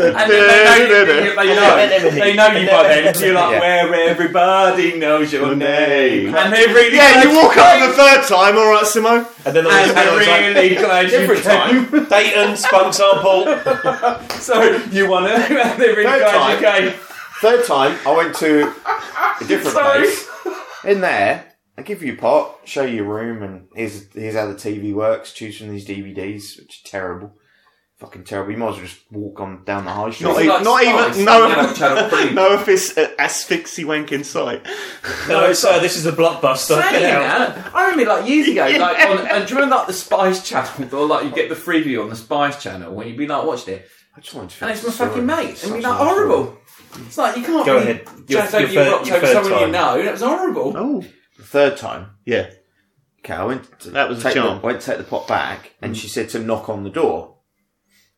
Speaker 3: And then they know, they know, they know you by then. You're like,
Speaker 4: Yeah.
Speaker 3: where everybody knows your name, and they really,
Speaker 2: Yeah,
Speaker 3: glad
Speaker 2: you walk up
Speaker 3: came.
Speaker 2: for the third time, all right, Simo.
Speaker 5: And then I was,
Speaker 3: And
Speaker 5: and I was
Speaker 3: they're
Speaker 5: like,
Speaker 3: really glad you
Speaker 5: different
Speaker 3: came.
Speaker 5: time. Dayton, spunk sample.
Speaker 3: So you won it. And they're really
Speaker 4: Third
Speaker 3: glad you came.
Speaker 4: Third time, I went to a different
Speaker 3: Sorry.
Speaker 4: place. In there, I give you a pot, show you a room, and here's here's how the TV works. Choose from these DVDs, which are terrible, fucking terrible. You might as well just walk on down the high street.
Speaker 2: Not
Speaker 3: It's
Speaker 2: even-
Speaker 3: like
Speaker 2: not even-
Speaker 3: spies
Speaker 2: no-
Speaker 3: coming out of Channel Three.
Speaker 2: No offis- uh, asphyxie wank in sight.
Speaker 5: No, sir, this is a blockbuster.
Speaker 3: Saying
Speaker 5: Get out.
Speaker 3: that, I remember like years ago,
Speaker 2: Yeah.
Speaker 3: like on, and do you remember like the Spice Channel, or like you get the freeview on the Spice Channel when you'd be like watching it,
Speaker 4: I just wanted to
Speaker 3: and it's my
Speaker 4: finish the
Speaker 3: fucking
Speaker 4: story.
Speaker 3: mate, and
Speaker 4: Such
Speaker 3: be
Speaker 4: an
Speaker 3: like
Speaker 4: asshole.
Speaker 3: horrible. It's like you can't
Speaker 5: Go
Speaker 3: really
Speaker 5: ahead. Your-
Speaker 3: jazz
Speaker 5: your
Speaker 3: over your,
Speaker 5: third-
Speaker 3: rocks
Speaker 5: your
Speaker 3: over
Speaker 5: third
Speaker 3: someone you
Speaker 5: time.
Speaker 3: know. That was horrible.
Speaker 2: Oh,
Speaker 4: The third time,
Speaker 2: yeah.
Speaker 4: okay, I went. To
Speaker 2: That was a
Speaker 4: take
Speaker 2: charm.
Speaker 4: The, went to take the pot back, and she said to knock on the door.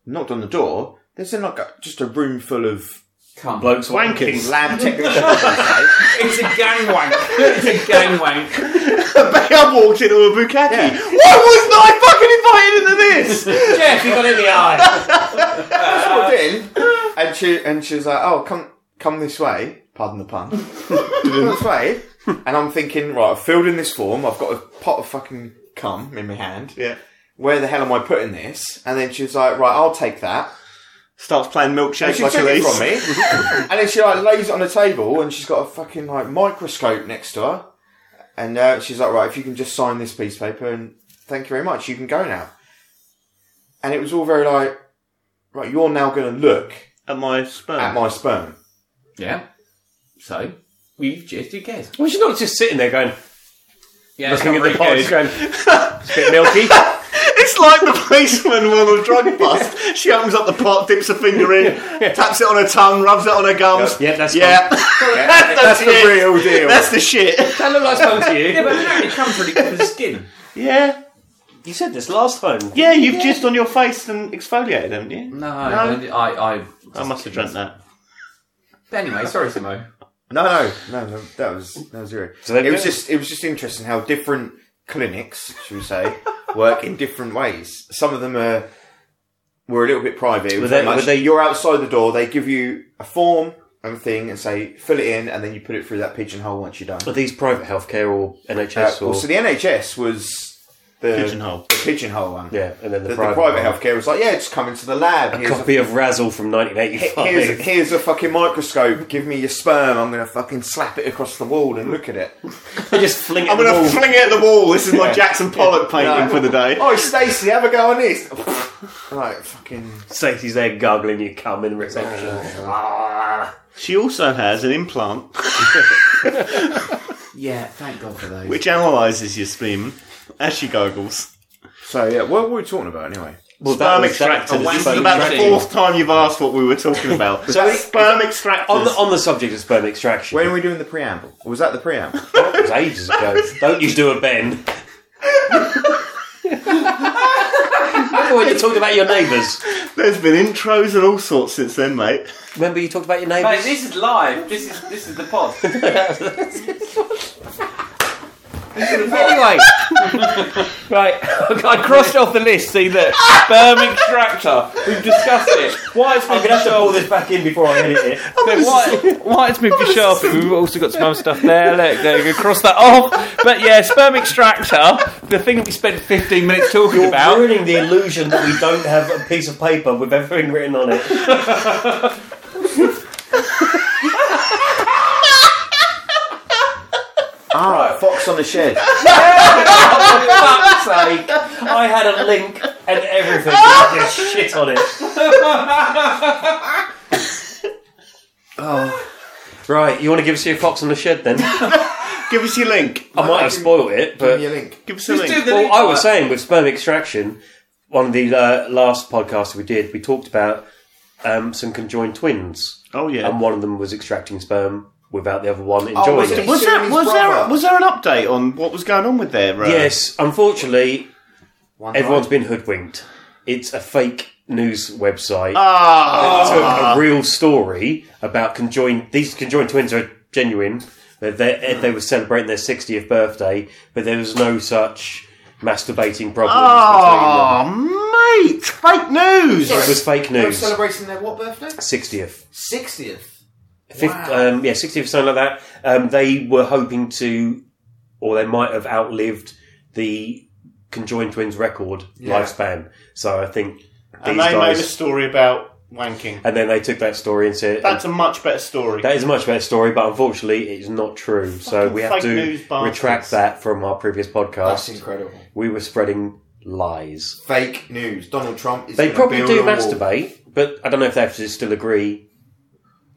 Speaker 4: Knocked on the door. There's a, like a, just a room full of
Speaker 3: Come,
Speaker 5: Blokes
Speaker 2: Wankers.
Speaker 5: wanking.
Speaker 4: lab technicians. I'd say.
Speaker 3: it's a gang wank. It's a gang wank.
Speaker 2: I walked into a bukkake.
Speaker 4: Yeah.
Speaker 2: Why wasn't I fucking invited into this?
Speaker 3: Jeff, you got in the eye.
Speaker 4: walked in, and she and she was like, "Oh, come come this way." Pardon the pun. come this way, and I'm thinking, right, I've filled in this form. I've got a pot of fucking cum in my hand.
Speaker 2: yeah.
Speaker 4: Where the hell am I putting this? And then she was like, "Right, I'll take that."
Speaker 2: Starts playing
Speaker 4: And
Speaker 2: milkshake
Speaker 4: she
Speaker 2: like
Speaker 4: took
Speaker 2: a
Speaker 4: it
Speaker 2: lease.
Speaker 4: from me, and then she like lays it on the table, and she's got a fucking like microscope next to her, and uh, she's like, "Right, if you can just sign this piece of paper, and thank you very much, you can go now." And it was all very like, "Right, you're now going to look."
Speaker 2: At my sperm.
Speaker 4: At my sperm.
Speaker 3: Yeah. So we've just you guys.
Speaker 5: Well, she's not just sitting there going,
Speaker 3: Yeah,
Speaker 5: Looking at
Speaker 3: very
Speaker 5: the pot,
Speaker 3: good.
Speaker 5: it's going, it's a bit milky.
Speaker 2: It's like the policeman on a drug bust. She opens up the pot, dips her finger in, taps it on her tongue, rubs it on her gums.
Speaker 5: Yeah, that's
Speaker 2: yeah.
Speaker 4: That's the
Speaker 2: shit.
Speaker 4: real deal.
Speaker 2: That's the shit.
Speaker 5: That looked like something to
Speaker 3: Yeah,
Speaker 5: you.
Speaker 3: but it only comes really good for the skin.
Speaker 2: Yeah.
Speaker 5: You said this last time.
Speaker 2: Yeah, you've jizzed on your face and exfoliated, haven't you?
Speaker 3: No, I, I, I,
Speaker 2: I must have dreamt that.
Speaker 3: But anyway, sorry, Simo.
Speaker 4: No, no, no, no. That was that was zero.
Speaker 5: So they've
Speaker 4: it was
Speaker 5: got-
Speaker 4: just it was just interesting how different clinics, should we say, work in different ways. Some of them are were a little bit private. It was
Speaker 5: they-
Speaker 4: very much,
Speaker 5: were they-
Speaker 4: you're outside the door. They give you a form and a thing and say fill it in, and then you put it through that pigeonhole once you're
Speaker 5: Are
Speaker 4: done.
Speaker 5: these private healthcare or
Speaker 4: Uh,
Speaker 5: NHS or
Speaker 4: well, so the NHS was the
Speaker 2: Pigeonhole.
Speaker 4: the pigeonhole one.
Speaker 5: yeah, and then the,
Speaker 4: The, the
Speaker 5: private,
Speaker 4: private, healthcare was like, yeah, just come into the lab.
Speaker 5: A copy of Razzle from
Speaker 4: He- Here's,
Speaker 5: 1985.
Speaker 4: here's a fucking microscope. Give me your sperm. I'm gonna fucking slap it across the wall and look at it.
Speaker 5: I just fling it.
Speaker 2: I'm
Speaker 5: at the
Speaker 2: going to
Speaker 5: wall.
Speaker 2: fling it at the wall. This is my Jackson Pollock painting for the day.
Speaker 4: Oh, Stacey, have a go on this. right, fucking.
Speaker 5: Stacey's there gargling you cum in reception. Ah.
Speaker 2: She also has an implant
Speaker 4: Yeah, thank God for those.
Speaker 2: which analyses your sperm as she goggles.
Speaker 4: So yeah, what were we talking about anyway?
Speaker 5: Well,
Speaker 2: Sperm
Speaker 5: was-
Speaker 2: extractors.
Speaker 5: was
Speaker 2: This
Speaker 5: sperm
Speaker 2: is about the
Speaker 5: extraction.
Speaker 2: fourth time you've asked what we were talking about. so
Speaker 5: that-
Speaker 2: sperm extractors.
Speaker 5: on the, on the subject of sperm extraction.
Speaker 4: When are we doing the preamble? Or was that the preamble?
Speaker 5: That was ages ago. Don't you do a Ben. Remember when you talked about your neighbours?
Speaker 2: There's been intros and all sorts since then, mate.
Speaker 5: Remember you talked about your
Speaker 3: Mate,
Speaker 5: neighbours?
Speaker 3: this is live. This is this is the pod.
Speaker 7: Anyway, right, I crossed off the list. See, look, sperm extractor. We've discussed it. White's moved to sharp.
Speaker 5: this back in before I edit it.
Speaker 7: Look, White, White's moved to sharp. We've also got some other stuff there. Look, there you go. Cross that off. But yeah, sperm extractor. The thing that we spent 15 minutes talking
Speaker 5: You're
Speaker 7: about.
Speaker 5: ruining the illusion that we don't have a piece of paper with everything written on it.
Speaker 4: Ah, fox on the shed.
Speaker 5: fuck's sake! I had a link and everything. and Just shit on it. oh. Right, you want to give us your fox on the shed then? I
Speaker 2: Give us your link.
Speaker 5: might have spoiled
Speaker 4: Give
Speaker 5: it, but
Speaker 4: me your link.
Speaker 2: Give us a link.
Speaker 5: well, I was saying with sperm extraction, one of the uh, last podcasts we did, we talked about um, some conjoined twins,
Speaker 2: Oh yeah.
Speaker 5: and one of them was extracting sperm without the other one enjoying
Speaker 4: was
Speaker 5: it.
Speaker 4: it-
Speaker 2: was
Speaker 4: Serious
Speaker 2: there was there
Speaker 4: brother.
Speaker 2: was there an update on what was going on with their uh,
Speaker 5: Yes, unfortunately,
Speaker 4: One
Speaker 5: Everyone's
Speaker 4: night.
Speaker 5: been hoodwinked. It's a fake news website.
Speaker 2: Ah,
Speaker 5: Took a real story about conjoined. These conjoined twins are genuine. They they they were celebrating their 60th birthday, but there was no such masturbating problems
Speaker 4: Ah.
Speaker 5: between them.
Speaker 2: oh, mate, fake news.
Speaker 5: It was fake
Speaker 4: They're
Speaker 5: news.
Speaker 4: celebrating their what birthday?
Speaker 5: 60th.
Speaker 4: Sixtieth.
Speaker 5: Fifth, um, yeah, 60th, something like that. Um, they were hoping to, or they might have outlived the conjoined twins record lifespan. So I think these
Speaker 2: And they
Speaker 5: guys.
Speaker 2: made a story about wanking.
Speaker 5: and then they took that story and said,
Speaker 2: That's a much better story.
Speaker 5: That is a much better story, but unfortunately, it's not true. so we have
Speaker 2: fake
Speaker 5: to
Speaker 2: news bastards.
Speaker 5: retract that from our previous
Speaker 4: That's
Speaker 5: podcast.
Speaker 4: incredible.
Speaker 5: We were spreading lies.
Speaker 4: Fake news. Donald Trump is.
Speaker 5: They
Speaker 4: gonna
Speaker 5: probably
Speaker 4: build
Speaker 5: do
Speaker 4: a wall.
Speaker 5: masturbate, but I don't know if they have to still agree.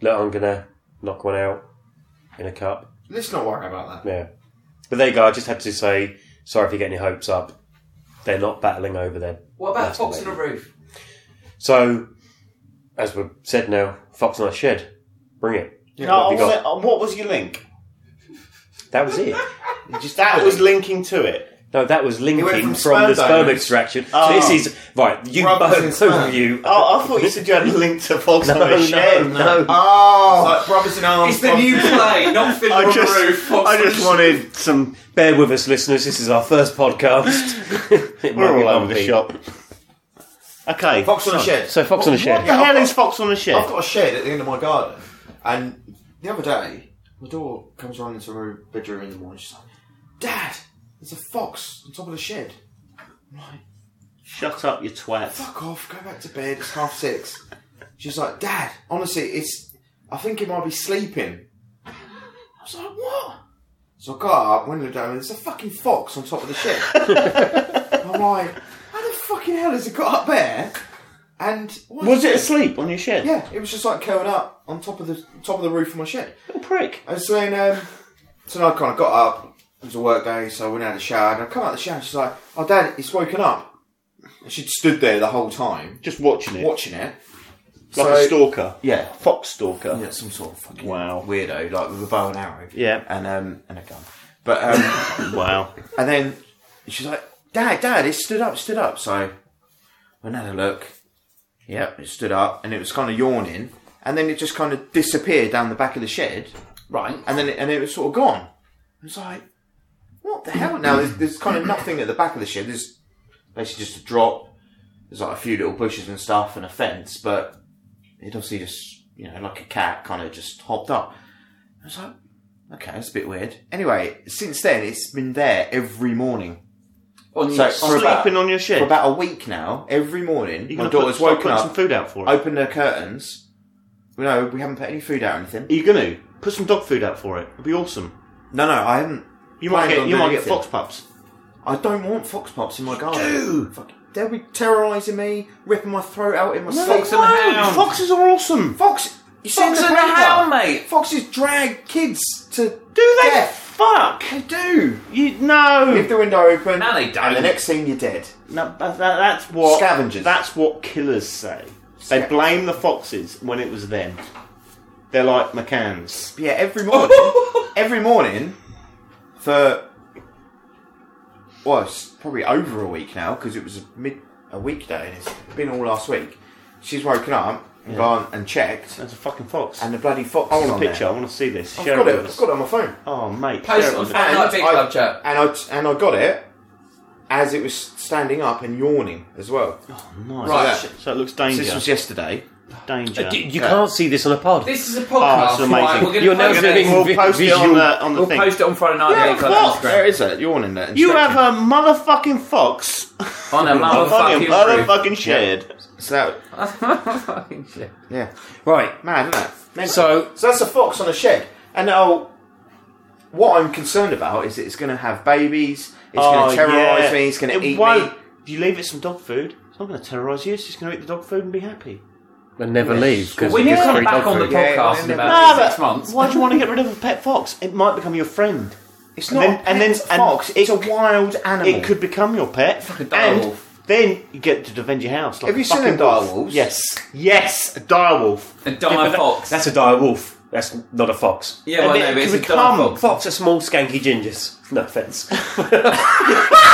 Speaker 5: Look, I'm gonna knock one out in a cup.
Speaker 4: Let's not worry about that.
Speaker 5: Yeah, but there you go. I just had to say sorry if you get any hopes up. They're not battling over their.
Speaker 3: What about fox on a roof?
Speaker 5: So, as we've said now, fox in a shed. Bring it.
Speaker 2: no,
Speaker 5: what
Speaker 2: I
Speaker 5: have you
Speaker 2: wanna- what was your link?
Speaker 5: That was it.
Speaker 4: Just
Speaker 2: That was linking to it.
Speaker 5: No, that was linking
Speaker 4: went
Speaker 5: from,
Speaker 4: from sperm
Speaker 5: the sperm
Speaker 4: donors.
Speaker 5: extraction.
Speaker 2: Oh.
Speaker 5: So this is right. You
Speaker 4: Rubbers
Speaker 5: both,
Speaker 4: in
Speaker 5: both
Speaker 4: sperm.
Speaker 5: of you.
Speaker 2: Oh, I thought you said you had a link to Fox
Speaker 5: no,
Speaker 2: on a
Speaker 5: no,
Speaker 2: shed.
Speaker 5: no.
Speaker 4: Oh, like brothers in arms.
Speaker 3: It's the new play, not film on
Speaker 2: I
Speaker 3: a
Speaker 2: just,
Speaker 3: roof. Fox
Speaker 2: I
Speaker 3: on a
Speaker 2: just
Speaker 3: shed.
Speaker 2: wanted some.
Speaker 5: Bear with us, listeners. This is our first podcast. It might
Speaker 2: We're
Speaker 5: be
Speaker 2: all over the
Speaker 5: lumpy.
Speaker 2: shop. Okay.
Speaker 4: Fox on a shed.
Speaker 5: So fox on a
Speaker 2: What
Speaker 5: shed.
Speaker 2: the hell
Speaker 4: I've
Speaker 2: is Fox on a
Speaker 4: I've
Speaker 2: shed?
Speaker 4: got a shed at the end of my garden, and the other day, my daughter comes running into her bedroom in the morning. She's like, "Dad, there's a fox on top of the shed." I'm like,
Speaker 2: Shut up, you twat.
Speaker 4: "Fuck off, go back to bed. It's half six. She's like, "Dad, honestly, it's. I think it might be sleeping." I was like, "What?" So I got up, went to the door, and there's a fucking fox on top of the shed. I'm like, "How the fucking hell has it got up there?" And what
Speaker 2: Was it asleep on your shed?
Speaker 4: yeah, it was just like curled up on top of the top of the roof of my shed.
Speaker 2: Little prick.
Speaker 4: And so then, um, so then I kind of got up, It was a work day, so I went out of the shower. And I come out of the shower, and she's like, "Oh, Dad, it's woken up." And she'd stood there the whole time
Speaker 2: Just watching it.
Speaker 4: watching it.
Speaker 2: like
Speaker 4: so-
Speaker 2: a stalker.
Speaker 4: Yeah,
Speaker 2: Fox stalker.
Speaker 4: yeah, some sort of fucking
Speaker 2: Wow.
Speaker 4: weirdo, like with a bow and arrow.
Speaker 2: Yeah.
Speaker 4: and um, and a gun. But um,
Speaker 2: Wow.
Speaker 4: And then she's like, Dad, Dad, it stood up, stood up. So I went and had a look. Yep, it stood up and it was kind of yawning. And then it just kind of disappeared down the back of the shed.
Speaker 3: Right.
Speaker 4: And then it, and it was sort of gone. It was like, what the hell? Now there's, there's kind of nothing at the back of the shed. There's basically just a drop. There's like a few little bushes and stuff and a fence, but it obviously just, you know, like a cat kind of just hopped up. I was like, okay, that's a bit weird. Anyway, since then it's been there every morning.
Speaker 3: On
Speaker 4: So
Speaker 3: your
Speaker 4: for about,
Speaker 2: Sleeping on your
Speaker 4: for
Speaker 2: shed.
Speaker 4: about a week now, every morning,
Speaker 2: You're
Speaker 4: my
Speaker 2: gonna put,
Speaker 4: daughter's
Speaker 2: start
Speaker 4: woken
Speaker 2: putting some
Speaker 4: up,
Speaker 2: food out for it.
Speaker 4: opened her curtains. Well, No, we haven't put any food out or anything.
Speaker 2: Are you gonna put some dog food out for it? It'd be awesome.
Speaker 4: No, no, I haven't.
Speaker 2: You might
Speaker 4: planned
Speaker 2: get
Speaker 4: on
Speaker 2: you
Speaker 4: doing
Speaker 2: might get
Speaker 4: anything.
Speaker 2: fox pups.
Speaker 4: I don't want fox pops in my garden. Fuck, They'll be terrorising me, ripping my throat out in my sleep.
Speaker 3: Fox and the Hound.
Speaker 2: Foxes are awesome.
Speaker 4: Fox, you see
Speaker 3: Fox
Speaker 4: in the
Speaker 3: and the
Speaker 4: paper?
Speaker 3: Hound, mate.
Speaker 4: Foxes drag kids to do
Speaker 2: they?
Speaker 4: death.
Speaker 2: Fuck.
Speaker 4: They do.
Speaker 2: You no.
Speaker 4: Leave the window open.
Speaker 3: No, they
Speaker 4: And the
Speaker 3: don't.
Speaker 4: next thing, you're dead.
Speaker 2: no that, that- that's what
Speaker 4: Scavengers.
Speaker 2: That's what killers say. They
Speaker 4: Sca-
Speaker 2: blame the foxes when it was them. They're like McCanns.
Speaker 4: But yeah, every morning, every morning for well, it's probably over a week now because it was a mid a weekday and it's been all last week. She's woken up and gone and checked,
Speaker 2: That's a fucking fox.
Speaker 4: and the bloody fox.
Speaker 2: I
Speaker 4: is
Speaker 2: want a
Speaker 4: on
Speaker 2: picture.
Speaker 4: there.
Speaker 2: I want to see this.
Speaker 4: I've
Speaker 2: Share
Speaker 4: got
Speaker 2: it
Speaker 4: it.
Speaker 2: with
Speaker 4: I've
Speaker 2: us.
Speaker 4: got it on my phone.
Speaker 2: Oh mate,
Speaker 3: Post
Speaker 2: share
Speaker 3: it
Speaker 2: it
Speaker 3: on
Speaker 2: with us.
Speaker 3: Facebook. I like big
Speaker 4: I-
Speaker 3: club chat.
Speaker 4: and I and I got it as it was standing up and yawning as well.
Speaker 2: Oh, Nice.
Speaker 3: Right.
Speaker 4: Yeah.
Speaker 2: So it looks
Speaker 4: So
Speaker 2: danger.
Speaker 4: this was yesterday.
Speaker 2: danger.
Speaker 5: You, you can't see this on a pod.
Speaker 3: This is a
Speaker 2: Oh,
Speaker 3: podcast.
Speaker 2: it's amazing.
Speaker 3: right, we're
Speaker 5: You're
Speaker 3: going to
Speaker 5: now
Speaker 3: post
Speaker 5: doing-
Speaker 3: it.
Speaker 2: We'll
Speaker 5: vi-
Speaker 2: post it on
Speaker 5: visual-
Speaker 2: the on the
Speaker 3: We'll
Speaker 2: thing.
Speaker 3: post it on Friday night.
Speaker 2: Yeah,
Speaker 3: Night
Speaker 2: of
Speaker 3: Club
Speaker 2: course.
Speaker 3: on
Speaker 4: There
Speaker 3: Instagram.
Speaker 4: is it yawning there. and
Speaker 2: You
Speaker 4: stretching.
Speaker 2: have a motherfucking fox
Speaker 3: On a
Speaker 2: on a fucking
Speaker 3: motherfucking
Speaker 2: motherfucking shed.
Speaker 4: so that,
Speaker 3: Motherfucking shit.
Speaker 4: yeah.
Speaker 5: Right.
Speaker 4: Mad, isn't it? Mental.
Speaker 5: So-
Speaker 4: so that's a fox on a shed. And now, what I'm concerned about is it's going to have babies. It's going to terrorise me. It's going
Speaker 2: Oh, It
Speaker 4: to eat
Speaker 2: won't.
Speaker 4: me.
Speaker 2: If you leave it some dog food, it's not going to terrorise you. It's just going to eat the dog food and be happy.
Speaker 5: And never leave. Cause
Speaker 3: We
Speaker 5: it
Speaker 3: need to
Speaker 5: gets
Speaker 3: come
Speaker 5: free
Speaker 3: back
Speaker 5: dog
Speaker 3: on the
Speaker 5: food.
Speaker 4: Yeah,
Speaker 3: podcast in
Speaker 4: yeah,
Speaker 3: about
Speaker 2: yeah.
Speaker 3: six months.
Speaker 2: Ah, Why do you want to get rid of a pet fox? It might become your friend.
Speaker 4: It's
Speaker 2: And
Speaker 4: not.
Speaker 2: then-
Speaker 4: a
Speaker 2: and then-
Speaker 4: pet
Speaker 2: and
Speaker 4: fox. it's a
Speaker 2: it-
Speaker 4: wild animal.
Speaker 2: It could become your pet.
Speaker 3: like a direwolf.
Speaker 2: and then you get to defend your house. Like
Speaker 4: Have
Speaker 2: a
Speaker 4: you seen
Speaker 2: fucking
Speaker 4: them
Speaker 2: wolf.
Speaker 4: direwolves?
Speaker 2: Yes. Yes, a direwolf.
Speaker 3: A dire fox.
Speaker 5: That's a dire wolf. That's not a fox.
Speaker 3: yeah, well,
Speaker 2: and
Speaker 3: no,
Speaker 2: it
Speaker 3: but it's a
Speaker 2: could
Speaker 3: dire
Speaker 2: become-
Speaker 3: fox.
Speaker 5: Fox are small, skanky gingers. No offence.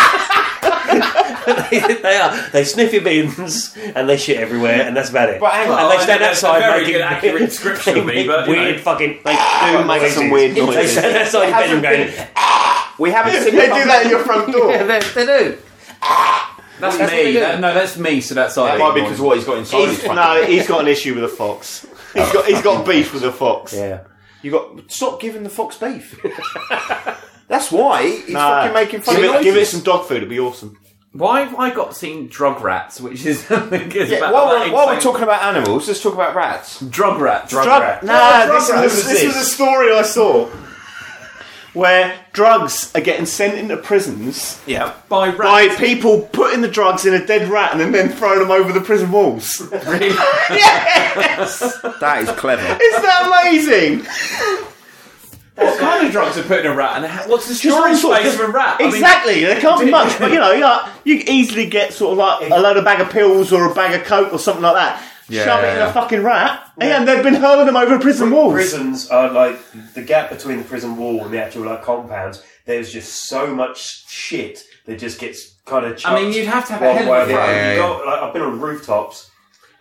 Speaker 5: they, they are. They sniff your beans and they shit everywhere, and that's about it.
Speaker 4: But hang on.
Speaker 5: and they stand
Speaker 3: That's a
Speaker 5: outside
Speaker 3: very
Speaker 5: making
Speaker 3: good accurate
Speaker 5: weird-
Speaker 3: description of me,
Speaker 5: they make
Speaker 3: but, you
Speaker 5: weird
Speaker 3: know.
Speaker 5: fucking. They
Speaker 2: Do
Speaker 5: do
Speaker 2: make some weird
Speaker 5: They
Speaker 2: noises.
Speaker 5: stand outside your bedroom going.
Speaker 4: we haven't seen
Speaker 2: They do that at your front door.
Speaker 4: yeah, they, they do.
Speaker 3: That's
Speaker 4: That's what
Speaker 3: me.
Speaker 4: they do.
Speaker 3: That- no, that's me. So that's I.
Speaker 4: That might be because of what he's got inside his
Speaker 2: He's,
Speaker 4: front
Speaker 2: no, he's got an issue with a fox. He's got he's got beef with a fox.
Speaker 5: Yeah.
Speaker 4: You got stop giving the fox beef. That's why he's fucking making fun
Speaker 2: give
Speaker 4: of
Speaker 2: it, give it
Speaker 4: noises.
Speaker 2: some dog food. It'd be awesome.
Speaker 3: Why have I got seen drug rats? Which is is
Speaker 4: Yeah,
Speaker 3: about
Speaker 4: while,
Speaker 3: that
Speaker 4: we're, while we're
Speaker 3: insane-
Speaker 4: talking about animals, let's talk about rats.
Speaker 3: drug rats. Drug,
Speaker 2: Drug, nah, this, was, this was a story I saw where drugs are getting sent into prisons
Speaker 4: Yeah.
Speaker 3: by rats.
Speaker 2: by people putting the drugs in a dead rat and then, then throwing them over the prison walls. yes, is
Speaker 4: That is clever.
Speaker 2: that amazing?
Speaker 3: What kind of drugs are putting a rat? And what's the
Speaker 2: all
Speaker 3: storage
Speaker 2: sorts
Speaker 3: space
Speaker 2: of-
Speaker 3: of a rat?
Speaker 2: Exactly, there can't be much, but you know, you, like, you easily get sort of like a load of bag of pills or a bag of coke or something like that. Shove it in a fucking rat, and they've been hurling them over prison walls.
Speaker 5: prisons are like the gap between the prison wall and the actual like compounds. There's just so much shit that just gets kind of.
Speaker 3: I mean, you'd have to have a hell of a throw.
Speaker 5: You got, like, I've been on rooftops,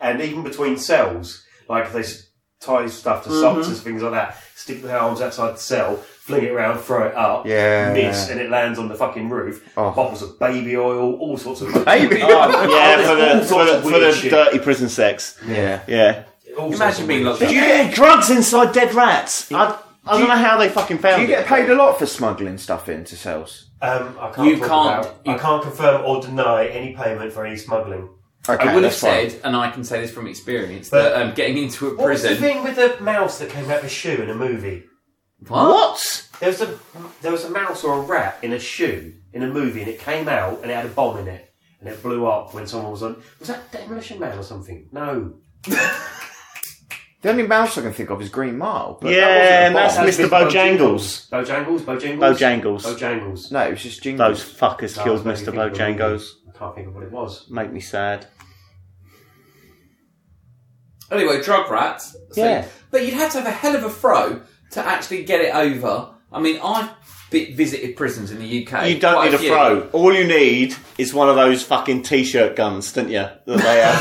Speaker 5: and even between cells, like they s- tie stuff to
Speaker 3: Mm-hmm.
Speaker 5: socks and things like that. Stick the arms outside the cell, fling it around, throw it up,
Speaker 4: Yeah.
Speaker 5: miss, and it lands on the fucking roof. Bottles of baby oil, all sorts of
Speaker 4: Baby
Speaker 5: Oh,
Speaker 2: Oh. Yeah, for
Speaker 5: all
Speaker 2: the, for
Speaker 5: sorts
Speaker 2: the,
Speaker 5: of
Speaker 2: for
Speaker 5: weird
Speaker 2: the
Speaker 5: shit.
Speaker 2: dirty prison sex.
Speaker 4: Yeah.
Speaker 2: Yeah.
Speaker 5: All sorts
Speaker 3: Imagine
Speaker 5: of
Speaker 3: being
Speaker 5: weird
Speaker 3: locked
Speaker 5: shit.
Speaker 3: up.
Speaker 2: Yeah, drugs inside dead rats. I, I don't know how they fucking found
Speaker 4: Do you
Speaker 2: it.
Speaker 4: get paid a lot for smuggling stuff into cells?
Speaker 5: Um, I can't
Speaker 3: You
Speaker 5: talk
Speaker 3: can't-
Speaker 5: about-
Speaker 3: you
Speaker 5: I can't confirm or deny any payment for any smuggling.
Speaker 4: Okay,
Speaker 3: I would have
Speaker 4: that's fine.
Speaker 3: said, and I can say this from experience,
Speaker 5: But-
Speaker 3: that um, getting into a
Speaker 5: What was the
Speaker 3: prison.
Speaker 5: thing with the mouse that came out of a shoe in a movie?
Speaker 2: What?
Speaker 5: There was a there was a mouse or a rat in a shoe in a movie, and it came out and it had a bomb in it, and it blew up when someone was on. Was that Demolition Man or something? No,
Speaker 4: The only mouse I can think of is Green Mile. But
Speaker 2: Yeah,
Speaker 4: that
Speaker 2: and that's
Speaker 4: wasn't a
Speaker 2: Mr. Bojangles.
Speaker 5: Bojangles, Bojangles,
Speaker 2: Bojangles.
Speaker 5: Bojangles.
Speaker 4: bomb. No, it was just Jingles.
Speaker 2: Those fuckers
Speaker 5: No,
Speaker 2: killed
Speaker 5: I was
Speaker 2: Mr.
Speaker 5: thinking of a movie.
Speaker 2: Bojangles.
Speaker 5: I can't think of what it was.
Speaker 2: Make me sad.
Speaker 3: Anyway, drug rats. So-
Speaker 4: Yeah.
Speaker 3: But you'd have to have a hell of a throw to actually get it over. I mean, I've bit visited prisons in the UK.
Speaker 2: You don't
Speaker 3: quite
Speaker 2: need a
Speaker 3: few.
Speaker 2: throw. All you need is one of those fucking t-shirt guns, don't you? That they have.